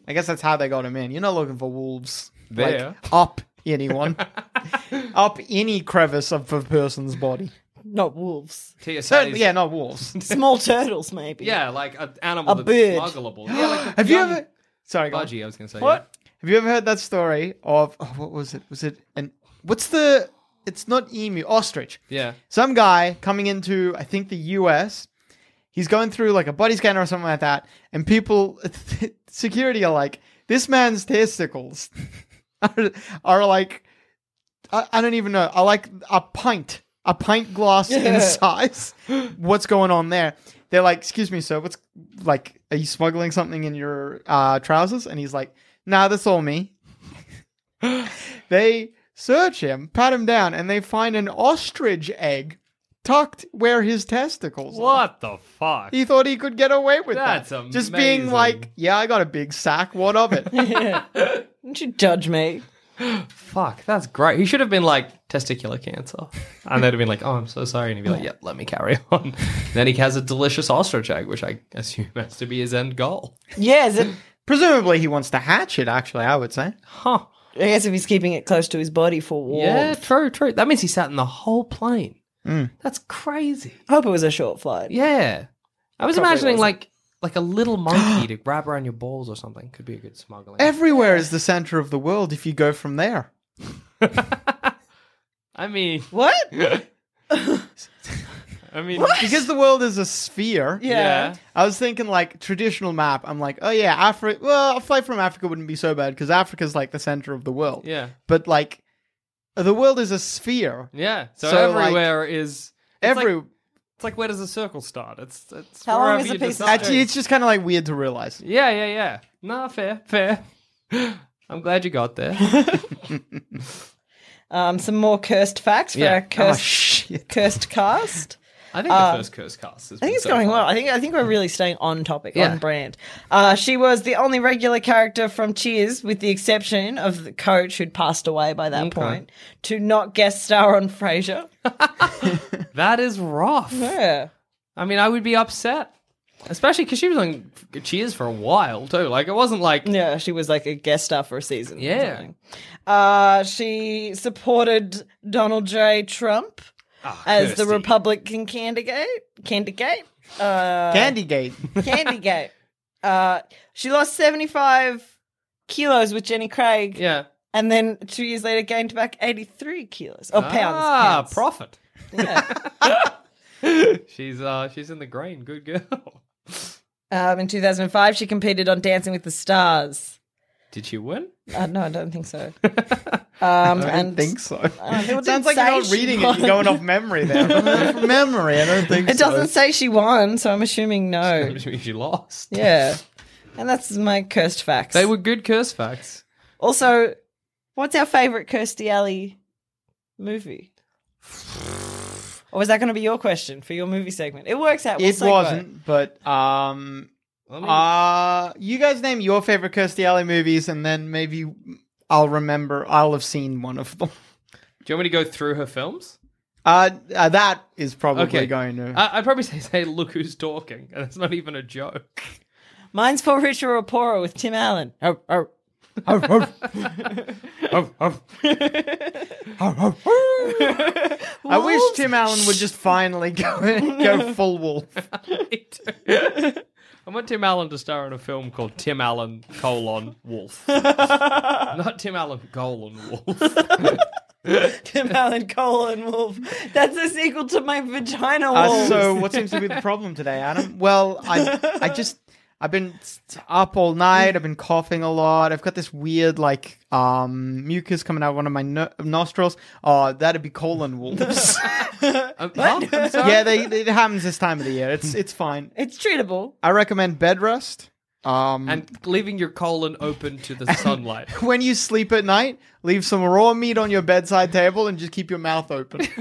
Speaker 3: I guess that's how they got him in. You're not looking for wolves.
Speaker 2: There.
Speaker 3: Like, up anyone. up any crevice of a person's body.
Speaker 4: Not wolves.
Speaker 2: TSA's,
Speaker 3: Certainly, yeah, not wolves.
Speaker 4: Small turtles, maybe.
Speaker 2: yeah, like an animal
Speaker 4: A
Speaker 2: that's
Speaker 4: bird.
Speaker 2: smuggleable. Yeah, like a
Speaker 3: Have you
Speaker 2: young
Speaker 3: ever. Sorry, go on.
Speaker 2: budgie? I was gonna say
Speaker 3: What? Have you ever heard that story of. Oh, what was it? Was it. an? What's the. It's not emu, ostrich.
Speaker 2: Yeah.
Speaker 3: some guy coming into I think the US. He's going through like a body scanner or something like that, and people security are like, "This man's testicles are, are like, I, I don't even know, are like a pint, a pint glass in size. What's going on there?" They're like, "Excuse me, sir, what's like? Are you smuggling something in your uh, trousers?" And he's like, "Nah, that's all me." they search him, pat him down, and they find an ostrich egg tucked where his testicles are.
Speaker 2: What the fuck?
Speaker 3: He thought he could get away with
Speaker 2: That's
Speaker 3: that. Just being
Speaker 2: amazing.
Speaker 3: like, yeah, I got a big sack. What of it?
Speaker 4: Don't you judge me.
Speaker 2: Fuck, that's great. He should have been like testicular cancer. And they'd have been like, oh, I'm so sorry. And he'd be like, yep, let me carry on. then he has a delicious ostrich egg, which I assume has to be his end goal.
Speaker 4: Yeah, is it?
Speaker 3: Presumably, he wants to hatch it. Actually, I would say.
Speaker 2: Huh.
Speaker 4: I guess if he's keeping it close to his body for warmth.
Speaker 2: Yeah, true, true. That means he sat in the whole plane.
Speaker 4: Mm.
Speaker 2: That's crazy.
Speaker 4: I hope it was a short flight.
Speaker 2: Yeah. I was
Speaker 4: Probably
Speaker 2: imagining
Speaker 4: wasn't.
Speaker 2: like like a little monkey to wrap around your balls or something. Could be a good smuggling.
Speaker 3: Everywhere is the center of the world if you go from there.
Speaker 2: I mean,
Speaker 4: What?
Speaker 2: I mean,
Speaker 3: Because the world is a sphere.
Speaker 2: yeah.
Speaker 3: I was thinking like traditional map. I'm like, oh yeah, Africa. Well, a flight from Africa wouldn't be so bad because Africa's like the center of the world.
Speaker 2: Yeah.
Speaker 3: But like, the world is a sphere.
Speaker 2: Yeah. So,
Speaker 3: So, like,
Speaker 2: everywhere is. it's like-
Speaker 3: Every
Speaker 2: It's like where does the circle start? It's it's
Speaker 4: How long
Speaker 2: wherever
Speaker 4: is a
Speaker 2: you
Speaker 4: piece of
Speaker 2: decide.
Speaker 3: Actually, it's just kind of like weird to realize.
Speaker 2: Yeah, yeah, yeah. Nah, fair, fair. I'm glad you got there.
Speaker 4: Um, some more cursed facts for
Speaker 2: Yeah.
Speaker 4: our
Speaker 3: Oh,
Speaker 4: cursed,
Speaker 3: shit.
Speaker 4: cursed cast.
Speaker 2: I think the first curse cast. Has
Speaker 4: Uh, I think it's going well. I think I think we're really staying on topic,
Speaker 2: Yeah.
Speaker 4: on brand. Uh, she was the only regular character from Cheers, with the exception of the coach who'd passed away by that point, to not guest star on Frasier.
Speaker 2: That is rough.
Speaker 4: Yeah.
Speaker 2: I mean, I would be upset, especially because she was on Cheers for a while too. Like it wasn't like
Speaker 4: Yeah, she was like a guest star for a season. or
Speaker 2: Yeah.
Speaker 4: something. Uh, she supported Donald J. Trump as the
Speaker 2: Ah, Kirsty.
Speaker 4: Republican candidate. Candidate. Uh,
Speaker 3: Candygate.
Speaker 4: Candygate. Uh, she lost 75 kilos with Jenny Craig.
Speaker 2: yeah.
Speaker 4: And then two years later, gained back 83 kilos. Oh, pounds.
Speaker 2: Ah,
Speaker 4: pounds.
Speaker 2: profit.
Speaker 4: Yeah.
Speaker 2: She's uh, she's in the green. Good girl.
Speaker 4: um, in 2005, she competed on Dancing with the Stars.
Speaker 2: Did she win?
Speaker 4: Uh, no, I don't think so. Um,
Speaker 3: I don't
Speaker 4: and
Speaker 3: think so.
Speaker 4: people did
Speaker 3: Sounds like you're
Speaker 4: say
Speaker 3: not
Speaker 4: she
Speaker 3: reading it. You're going off memory there. From memory, I don't think
Speaker 4: It doesn't say she won, so I'm assuming no.
Speaker 2: she lost.
Speaker 4: yeah. And that's my cursed facts.
Speaker 2: They were good curse facts.
Speaker 4: also, what's our favourite Kirstie Alley movie? Or was that going to be your question for your movie segment? It works out. We'll
Speaker 3: It
Speaker 4: segue.
Speaker 3: wasn't, but um, uh, you guys name your favorite Kirstie Alley movies, and then maybe I'll remember. I'll have seen one of them.
Speaker 2: Do you want me to go through her films?
Speaker 3: Uh, uh, that is probably
Speaker 2: Okay. Uh,
Speaker 3: going to.
Speaker 2: I, I'd probably say, "Hey, look who's talking," and that's not even a joke.
Speaker 4: Mine's for richer or poorer with Tim Allen.
Speaker 3: I wish Tim Allen would just finally go go full wolf.
Speaker 2: Me too. I want Tim Allen to star in a film called Tim Allen colon Wolf. Not Tim Allen colon Wolf.
Speaker 4: Tim Allen, colon wolf. That's a sequel to my vagina
Speaker 3: Uh,
Speaker 4: wolf.
Speaker 3: so, what seems to be the problem today, Adam? Well, I I just I've been t- up all night. I've been coughing a lot. I've got this weird like um mucus coming out of one of my no- nostrils. Oh, that'd be colon wolves.
Speaker 2: Um, huh? I'm sorry.
Speaker 3: yeah, they, they- it happens this time of the year. It's it's fine.
Speaker 4: it's treatable.
Speaker 3: I recommend bed rest. Um,
Speaker 2: And leaving your colon open to the sunlight.
Speaker 3: when you sleep at night, leave some raw meat on your bedside table and just keep your mouth open.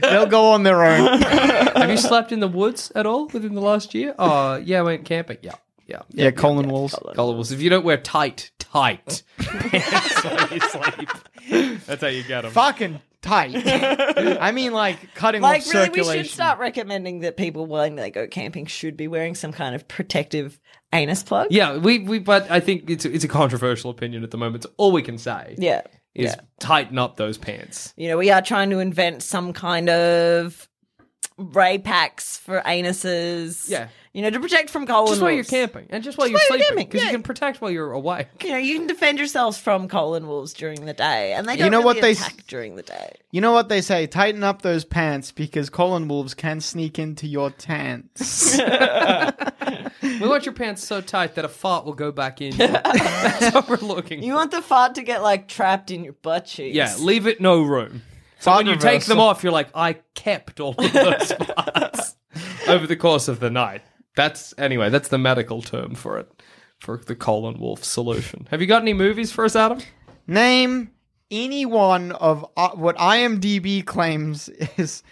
Speaker 3: They'll go on their own.
Speaker 2: Have you slept in the woods at all within the last year? Oh, yeah, I went camping. Yeah, yeah.
Speaker 3: Yeah, colon wolves.
Speaker 2: Colin Wolf. If you don't wear tight, tight pants while you sleep, that's how you get them.
Speaker 3: Fucking tight. I mean, like cutting
Speaker 4: Like,
Speaker 3: off
Speaker 4: really, we
Speaker 3: circulation.
Speaker 4: should start recommending that people, when they go camping, should be wearing some kind of protective anus plug.
Speaker 2: Yeah, we, we but I think it's it's a controversial opinion at the moment. It's all we can say
Speaker 4: Yeah.
Speaker 2: is tighten up those pants.
Speaker 4: You know, we are trying to invent some kind of ray packs for anuses.
Speaker 2: Yeah.
Speaker 4: You know, to protect from colon
Speaker 2: Just while you're
Speaker 4: wolves.
Speaker 2: camping and just while
Speaker 4: Just
Speaker 2: you're
Speaker 4: while you're
Speaker 2: sleeping
Speaker 4: camping,
Speaker 2: because
Speaker 4: yeah.
Speaker 2: you can protect while you're awake.
Speaker 4: You know, you can defend yourselves from colon wolves during the day, and they don't
Speaker 3: know
Speaker 4: really
Speaker 3: what they s-
Speaker 4: attack during the day.
Speaker 3: You know what they say? Tighten up those pants because colon wolves can sneak into your tents.
Speaker 2: We want your pants so tight that a fart will go back in. That's what we're looking.
Speaker 4: You
Speaker 2: for.
Speaker 4: want the fart to get like trapped in your butt cheeks.
Speaker 2: Yeah, leave it no room. So when you take them off, you're like, I kept all of those parts over the course of the night. That's anyway. That's the medical term for it, for the colon wolf solution. Have you got any movies for us, Adam?
Speaker 3: Name any one of uh, what IMDb claims is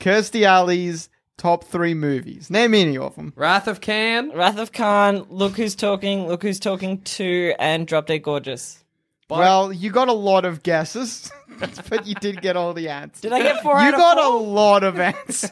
Speaker 3: Kirstie Alley's top three movies. Name any of them.
Speaker 2: Wrath of Khan,
Speaker 4: Wrath of Khan, Look Who's Talking, Look Who's Talking to, and Drop Dead Gorgeous.
Speaker 3: Well, you got a lot of guesses, but you did get all the answers.
Speaker 4: Did I get four
Speaker 3: you
Speaker 4: out of
Speaker 3: got a
Speaker 4: four?
Speaker 3: lot of answers.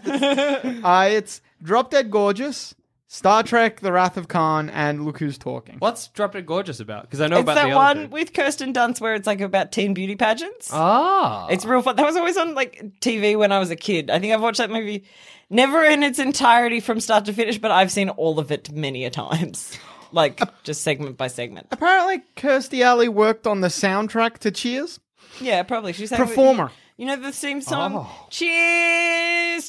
Speaker 3: uh, it's Drop Dead Gorgeous, Star Trek: The Wrath of Khan, and Look Who's Talking.
Speaker 2: What's Drop Dead Gorgeous about? Because I know
Speaker 4: It's
Speaker 2: about
Speaker 4: that
Speaker 2: the
Speaker 4: one
Speaker 2: other two.
Speaker 4: with Kirsten Dunst where it's like about teen beauty pageants.
Speaker 2: Ah,
Speaker 4: It's real fun. That was always on like TV when I was a kid. I think I've watched that movie never in its entirety from start to finish, but I've seen all of it many a times. Like just segment by segment.
Speaker 3: Apparently, Kirstie Alley worked on the soundtrack to Cheers.
Speaker 4: Yeah, probably. She's saying-
Speaker 3: Performer.
Speaker 4: You know the theme song?
Speaker 2: Oh.
Speaker 4: Cheers,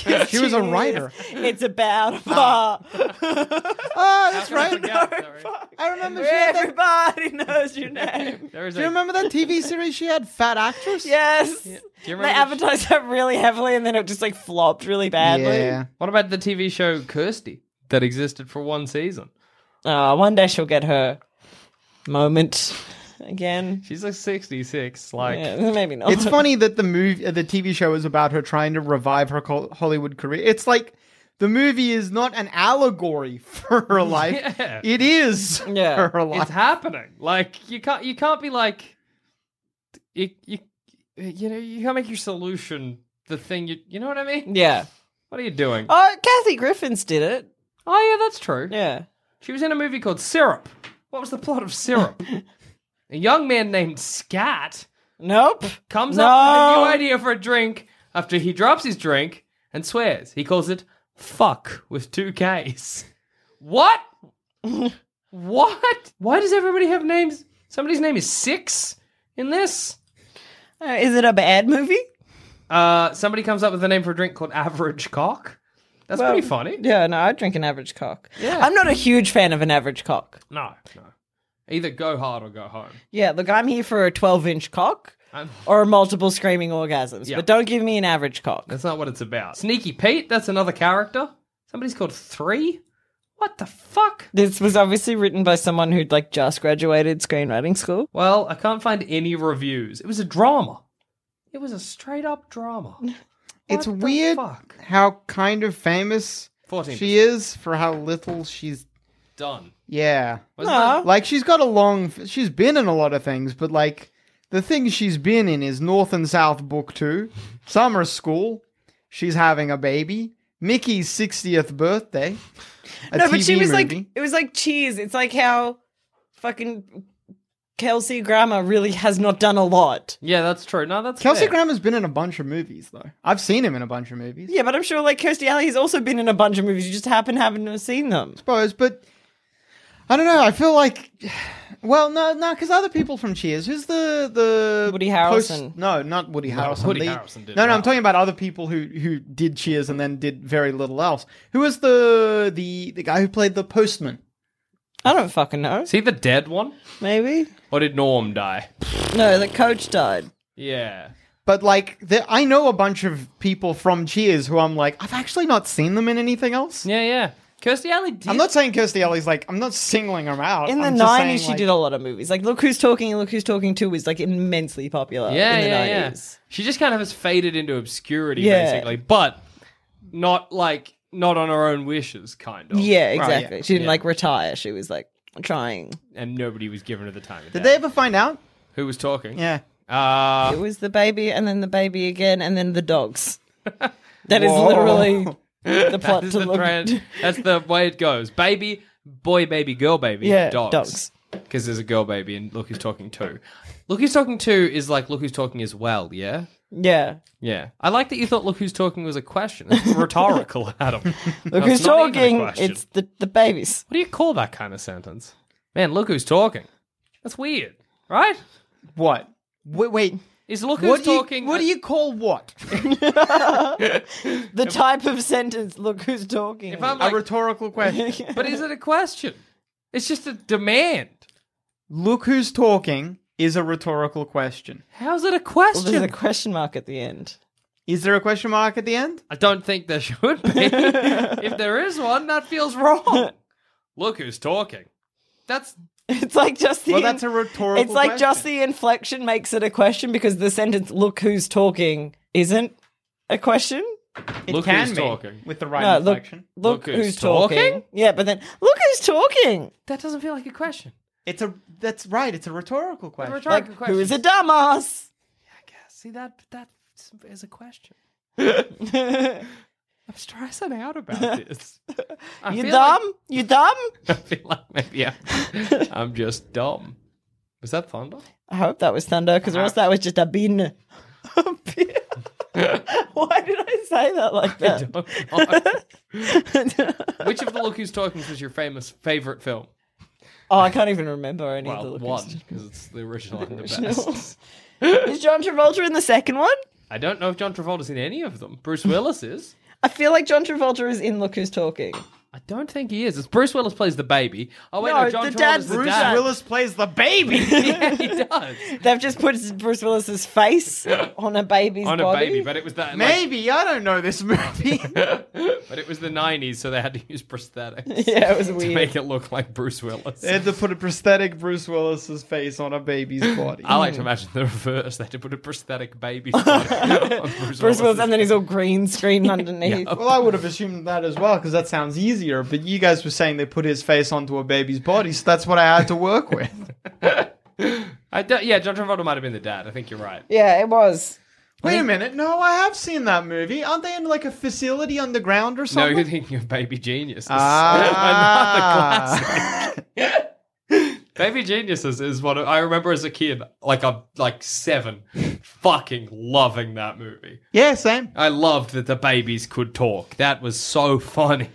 Speaker 3: She was a
Speaker 4: cheers.
Speaker 3: writer. Ah.
Speaker 4: It's about a bar.
Speaker 3: Oh, that's right. I remember she had that.
Speaker 4: Everybody knows your name.
Speaker 2: There is
Speaker 3: Do you
Speaker 2: a-
Speaker 3: remember that TV series she had, Fat Actress?
Speaker 4: Yes.
Speaker 2: Do you
Speaker 4: They
Speaker 2: remember? the-
Speaker 4: advertised that really heavily and then it just like flopped really badly.
Speaker 3: Yeah.
Speaker 2: what about the TV show Kirsty that
Speaker 4: Ah,
Speaker 2: existed for one season?
Speaker 4: Oh, one day she'll get her moment. again.
Speaker 2: She's like 66. Like,
Speaker 4: Yeah, maybe not.
Speaker 3: It's funny that the movie, the TV show is about her trying to revive her col- Hollywood career. It's like the movie is not an allegory for her life;
Speaker 2: Yeah.
Speaker 3: it is
Speaker 4: Yeah.
Speaker 3: her life.
Speaker 2: it's happening. Like, you can't, you can't be like, you, you, you know, you can't make your solution the thing you, you know what I mean?
Speaker 4: Yeah.
Speaker 2: What are you doing? Oh,
Speaker 4: Oh, Kathy Griffins did it.
Speaker 2: yeah, that's true.
Speaker 4: Yeah.
Speaker 2: She was in a movie called Syrup. What was the plot of Syrup? a young man named Scat
Speaker 4: Nope.
Speaker 2: comes
Speaker 4: no.
Speaker 2: up with a new idea for a drink after he drops his drink and swears. He calls it fuck with two Ks. What? what? Why does everybody have names? Somebody's name is Six in this?
Speaker 4: Uh, Is it a bad movie?
Speaker 2: Uh, somebody comes up with a name for a drink called Average Cock. That's pretty funny.
Speaker 4: Yeah, no, I drink an average cock.
Speaker 2: Yeah.
Speaker 4: I'm not a huge fan of an average cock.
Speaker 2: No, no. Either go hard or go home.
Speaker 4: Yeah, look, I'm here for a 12 inch cock
Speaker 2: I'm-
Speaker 4: or multiple screaming orgasms,
Speaker 2: Yeah.
Speaker 4: but don't give me an average cock.
Speaker 2: That's not what it's about. Sneaky Pete, that's another character. Somebody's called Three? What the fuck?
Speaker 4: This was obviously written by someone who'd like just graduated screenwriting school.
Speaker 2: Well, I can't find any reviews. It was a drama. It was a straight up drama.
Speaker 3: It's
Speaker 2: What the
Speaker 3: weird
Speaker 2: fuck?
Speaker 3: how kind of famous
Speaker 2: 14%.
Speaker 3: she is for how little she's.
Speaker 2: Done.
Speaker 3: Yeah,
Speaker 2: Wasn't
Speaker 4: No.
Speaker 2: it?
Speaker 3: like she's got a long. She's been in a lot of things, but like the thing she's been in is North and South Book Two, Summer School. She's having a baby. Mickey's sixtieth birthday. A
Speaker 4: no, but she
Speaker 3: TV
Speaker 4: was like,
Speaker 3: movie.
Speaker 4: it was like cheese. It's like how fucking Kelsey Grammer really has not done a lot.
Speaker 2: Yeah, that's true. No, that's
Speaker 3: Kelsey
Speaker 2: fair.
Speaker 3: Grammer's been in a bunch of movies, though. I've seen him in a bunch of movies.
Speaker 4: Yeah, but I'm sure like Kirstie Alley has also been in a bunch of movies. You just happen haven't have seen them.
Speaker 3: suppose, but I don't know. I feel like, well, no, no, because other people from Cheers, who's the the
Speaker 4: Woody
Speaker 3: post-
Speaker 4: Harrelson.
Speaker 3: no, not Woody Harrelson.
Speaker 2: Woody
Speaker 3: the-
Speaker 2: Harrelson did
Speaker 3: no, no, I'm
Speaker 2: well.
Speaker 3: talking about other people who who did Cheers and then did very little else. Who was the the the guy who played the postman?
Speaker 4: I don't fucking know.
Speaker 2: Is he the dead one?
Speaker 4: Maybe.
Speaker 2: Or did Norm die?
Speaker 4: No, the coach died.
Speaker 2: Yeah.
Speaker 3: But like, the, I know a bunch of people from Cheers who I'm like, I've actually not seen them in anything else.
Speaker 2: Yeah, yeah. Kirstie Alley did.
Speaker 3: I'm not saying Kirstie Alley's like, I'm not singling her out.
Speaker 4: In the
Speaker 3: I'm just saying,
Speaker 4: nineties, she
Speaker 3: like-
Speaker 4: did a lot of movies. Like, look who's talking, and look who's talking too was like immensely popular.
Speaker 2: Yeah,
Speaker 4: in the
Speaker 2: yeah, yeah.
Speaker 4: 90s.
Speaker 2: She just kind of has faded into obscurity,
Speaker 4: Yeah.
Speaker 2: basically, but not like not on her own wishes, kind of.
Speaker 4: Yeah,
Speaker 3: Right, yeah.
Speaker 4: exactly. She didn't like retire. She was like trying.
Speaker 2: And nobody was given her the time. Of
Speaker 3: Did
Speaker 2: day.
Speaker 3: they ever find out?
Speaker 2: Who was talking?
Speaker 3: Yeah.
Speaker 2: Uh,
Speaker 4: It was the baby, and then the baby again, and then the dogs. That is
Speaker 3: Whoa.
Speaker 4: literally the plot
Speaker 2: that's
Speaker 4: to
Speaker 2: the
Speaker 4: look.
Speaker 2: trend. That's the way it goes. Baby, boy, baby, girl, baby.
Speaker 4: Yeah,
Speaker 2: dogs.
Speaker 4: dogs.
Speaker 2: Because there's a girl baby, and look who's talking too. Look who's talking too is like look who's talking as well. Yeah.
Speaker 4: Yeah,
Speaker 2: Yeah, I like that you thought "Look Who's Talking" was a question. It's rhetorical, Adam.
Speaker 4: look
Speaker 2: That's
Speaker 4: who's
Speaker 2: not even a
Speaker 4: talking.
Speaker 2: question.
Speaker 4: It's the the babies.
Speaker 2: What do you call that kind of sentence? Man, look who's talking. That's weird, right?
Speaker 3: What? Wait, wait.
Speaker 2: Is look who's
Speaker 3: What do,
Speaker 2: talking?
Speaker 3: you, what do you call what?
Speaker 4: The type of sentence. Look who's talking.
Speaker 2: If I'm
Speaker 3: a
Speaker 2: like,
Speaker 3: rhetorical question.
Speaker 2: but is it a question? It's just a demand.
Speaker 3: Look who's talking is a rhetorical question.
Speaker 2: How's it a
Speaker 4: well,
Speaker 2: question?
Speaker 4: there's a question mark at the end.
Speaker 3: Is there a question mark at the end?
Speaker 2: I don't think there should be. if there is one, that feels wrong. Look who's talking. That's
Speaker 4: It's like just the.
Speaker 3: Well, that's a rhetorical
Speaker 4: It's like just
Speaker 3: question.
Speaker 4: the inflection makes it a question because the sentence "Look who's talking" isn't a question.
Speaker 3: It
Speaker 2: Look
Speaker 3: can
Speaker 2: who's
Speaker 3: be
Speaker 2: talking.
Speaker 3: with the right
Speaker 4: No, look,
Speaker 3: inflection.
Speaker 4: look, who's, talking. Yeah, but then look who's talking.
Speaker 2: that doesn't feel like a question.
Speaker 3: It's a that's right. It's a rhetorical
Speaker 2: A
Speaker 3: question.
Speaker 2: rhetorical
Speaker 4: Like
Speaker 2: question.
Speaker 4: who is a dumbass?
Speaker 2: See that that is a question. I'm stressing out about this. I
Speaker 4: You
Speaker 2: feel
Speaker 4: dumb? you dumb?
Speaker 2: Like, I feel like maybe I'm, I'm just dumb. Was that thunder?
Speaker 4: I hope that was thunder because else that was just a bin. A bin. Why did I say that like that?
Speaker 2: Oh, God. Which of the Look Who's Talkings was your famous favorite film?
Speaker 4: Oh, I can't even remember any of the
Speaker 2: Well,
Speaker 4: look
Speaker 2: one
Speaker 4: who's-
Speaker 2: because it's the original and the
Speaker 4: original.
Speaker 2: best.
Speaker 4: Is John Travolta in the second one?
Speaker 2: I don't know if John Travolta's in any of them. Bruce Willis is.
Speaker 4: I feel like John Travolta is in Look Who's Talking.
Speaker 2: I don't think he is. It's Bruce Willis plays the baby. Oh wait, no,
Speaker 4: No,
Speaker 2: John
Speaker 4: the
Speaker 2: Travolta's
Speaker 4: dad's
Speaker 2: the
Speaker 4: Bruce
Speaker 2: dad.
Speaker 4: Willis.
Speaker 3: plays the baby.
Speaker 2: yeah, he does
Speaker 4: They've just put Bruce Willis's face on a baby's
Speaker 2: on a
Speaker 4: body.
Speaker 2: baby, but it was that. like-
Speaker 3: Maybe I don't know this movie.
Speaker 2: but it was the '90s, so they had to use prosthetics
Speaker 4: yeah, it was
Speaker 2: to
Speaker 4: weird.
Speaker 2: make it look like Bruce Willis.
Speaker 3: they had to put a prosthetic Bruce Willis's face on a baby's body.
Speaker 2: I like to imagine the reverse. They had to put a prosthetic baby on Bruce,
Speaker 4: Bruce Willis,
Speaker 2: Willis's
Speaker 4: and then he's all green screen underneath.
Speaker 3: well, I would have assumed that as well because that sounds easier. But you guys were saying they put his face onto a baby's body, so that's what I had to work with.
Speaker 2: I don't, yeah, John Travolta might have been the dad. I think you're right.
Speaker 4: Yeah, it was.
Speaker 3: Wait a minute, no, I have seen that movie. Aren't they in like a facility underground or
Speaker 2: No,
Speaker 3: something?
Speaker 2: you're thinking of Baby Geniuses.
Speaker 3: Ah.
Speaker 2: Another classic. Baby Geniuses is one of, I remember as a kid, like I'm like seven, fucking loving that movie.
Speaker 3: yeah, same.
Speaker 2: I loved that the babies could talk. That was so funny,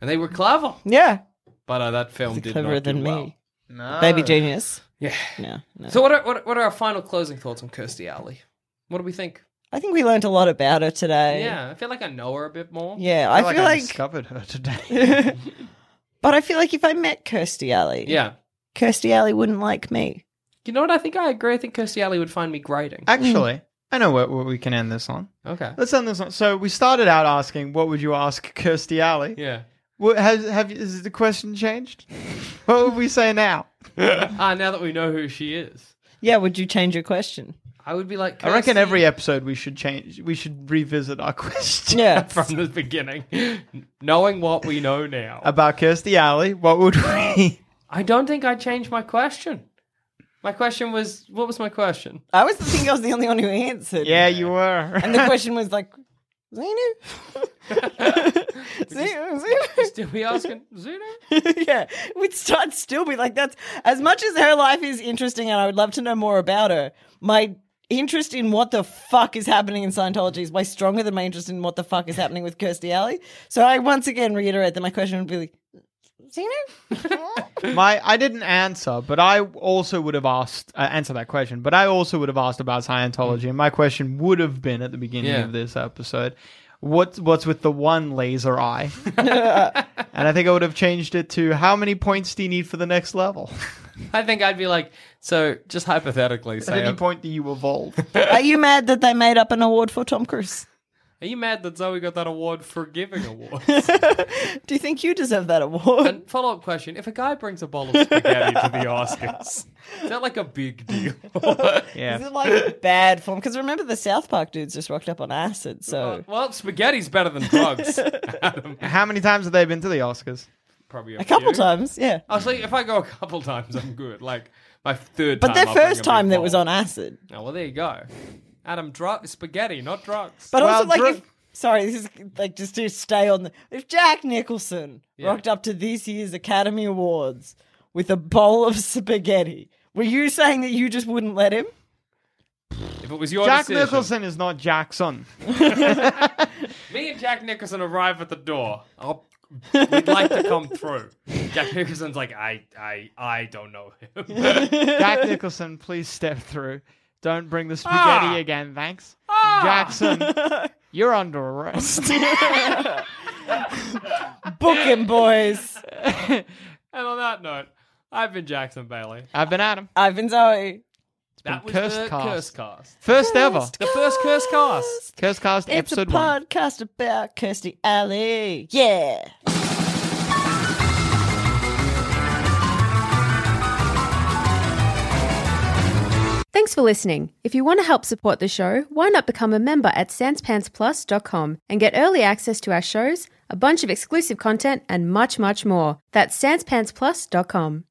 Speaker 2: and they were clever.
Speaker 4: Yeah,
Speaker 2: But uh, that film did
Speaker 4: cleverer
Speaker 2: not do
Speaker 4: than me.
Speaker 2: well.
Speaker 4: Baby genius.
Speaker 2: Yeah.
Speaker 4: No, no.
Speaker 2: So what are, what are- what are our final closing thoughts on Kirstie Alley? What do we think?
Speaker 4: I think we learned a lot about her today.
Speaker 2: Yeah, I feel like I know her a bit more.
Speaker 4: Yeah, I, feel like,
Speaker 3: discovered her today.
Speaker 4: but I feel like if I met Kirstie Alley,
Speaker 2: Yeah.
Speaker 4: Kirstie Alley wouldn't like me.
Speaker 2: You know what? I think I agree. I think Kirstie Alley would find me grating.
Speaker 3: Actually, I know what, what we can end this on.
Speaker 2: Okay.
Speaker 3: Let's end this on. So we started out asking, what would you ask Kirstie Alley?
Speaker 2: Yeah.
Speaker 3: What, has have is the question changed? what would we say now?
Speaker 2: Ah, now that we know who she is,
Speaker 4: Yeah, would you change your question?
Speaker 2: I would be like,
Speaker 3: I reckon
Speaker 2: Kirstie
Speaker 3: every episode we should change. We should revisit our question
Speaker 4: Yeah,
Speaker 2: from the beginning, knowing what we know now.
Speaker 3: about Kirstie Alley. What would we?
Speaker 2: I don't think I changed my question. My question was, what was my question?
Speaker 4: I was thinking I was the only one who answered.
Speaker 3: yeah, you were.
Speaker 4: and the question was like, Zenu, Zenu, Zenu.
Speaker 2: Still be asking Zuna?
Speaker 4: yeah, we'd start still be like, that's as much as her life is interesting, and I would love to know more about her. My interest in what the fuck is happening in Scientology is way stronger than my interest in what the fuck is happening with Kirstie Alley. So I once again reiterate that my question would be like, Zeno?
Speaker 3: My I didn't answer, but I also would have asked uh, answer that question. But I also would have asked about Scientology, and my question would have been at the beginning
Speaker 2: Mm. Yeah.
Speaker 3: of this episode. What's what's with the one laser eye? and I think I would have changed it to how many points do you need for the next level?
Speaker 2: I think I'd be like, so just hypothetically,
Speaker 3: At
Speaker 2: say,
Speaker 3: any point do you evolve?
Speaker 4: Are you mad that they made up an award for Tom Cruise?
Speaker 2: are you mad that Zoe got that award for giving awards?
Speaker 4: Do you think you deserve that award?
Speaker 2: and follow up question: If a guy brings a bowl of spaghetti to the Oscars, is that like a big deal?
Speaker 4: Is
Speaker 3: yeah.
Speaker 4: it like bad form? Because remember, the South Park dudes just rocked up on acid. So
Speaker 2: well, spaghetti's better than drugs. Adam,
Speaker 3: How many times have they been to the Oscars?
Speaker 2: probably
Speaker 4: a couple
Speaker 2: few.
Speaker 4: times, yeah.
Speaker 2: I was like, if I go a couple times, I'm good. Like my third.
Speaker 4: But
Speaker 2: time,
Speaker 4: their
Speaker 2: I'll bring a
Speaker 4: first
Speaker 2: big
Speaker 4: time that
Speaker 2: bowl.
Speaker 4: was on acid.
Speaker 2: Oh, well, there you go. Adam, drug spaghetti, not drugs.
Speaker 4: But
Speaker 3: Well,
Speaker 4: also, like,
Speaker 3: Drew-
Speaker 4: if, sorry, this is like just to stay on. The, if Jack Nicholson rocked up to this year's Academy Awards with a bowl of spaghetti, were you saying that you just wouldn't let him?
Speaker 2: if it was your
Speaker 3: Jack
Speaker 2: decision,
Speaker 3: Nicholson is not Jackson.
Speaker 2: me and Jack Nicholson arrive at the door. I'll, we'd like to come through. Jack Nicholson's like, I, I, I don't know him.
Speaker 3: Jack Nicholson, please step through. Don't bring the spaghetti
Speaker 2: Ah.
Speaker 3: again, thanks. Jackson, you're under arrest.
Speaker 4: Book him, boys.
Speaker 2: and on that note, I've been Jackson Bailey.
Speaker 3: I've been Adam.
Speaker 4: Ivan Zoe.
Speaker 2: That was
Speaker 3: Cursed
Speaker 2: the
Speaker 3: Cast.
Speaker 2: curse cast.
Speaker 3: First ever.
Speaker 2: The first curse cast.
Speaker 3: Curse Cast
Speaker 4: It's
Speaker 3: episode
Speaker 4: a
Speaker 3: one.
Speaker 4: podcast about Kirsty Alley. Yeah.
Speaker 6: Thanks for listening. If you want to help support the show, why not become a member at sanspantsplus.com and get early access to our shows, a bunch of exclusive content, and much, much more. That's sanspantsplus.com.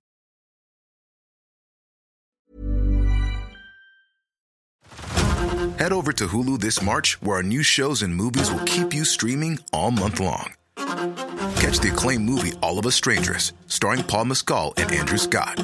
Speaker 7: Head over to Hulu this March, where our new shows and movies will keep you streaming all month long. Catch the acclaimed movie All of Us Strangers, starring Paul Mescal and Andrew Scott.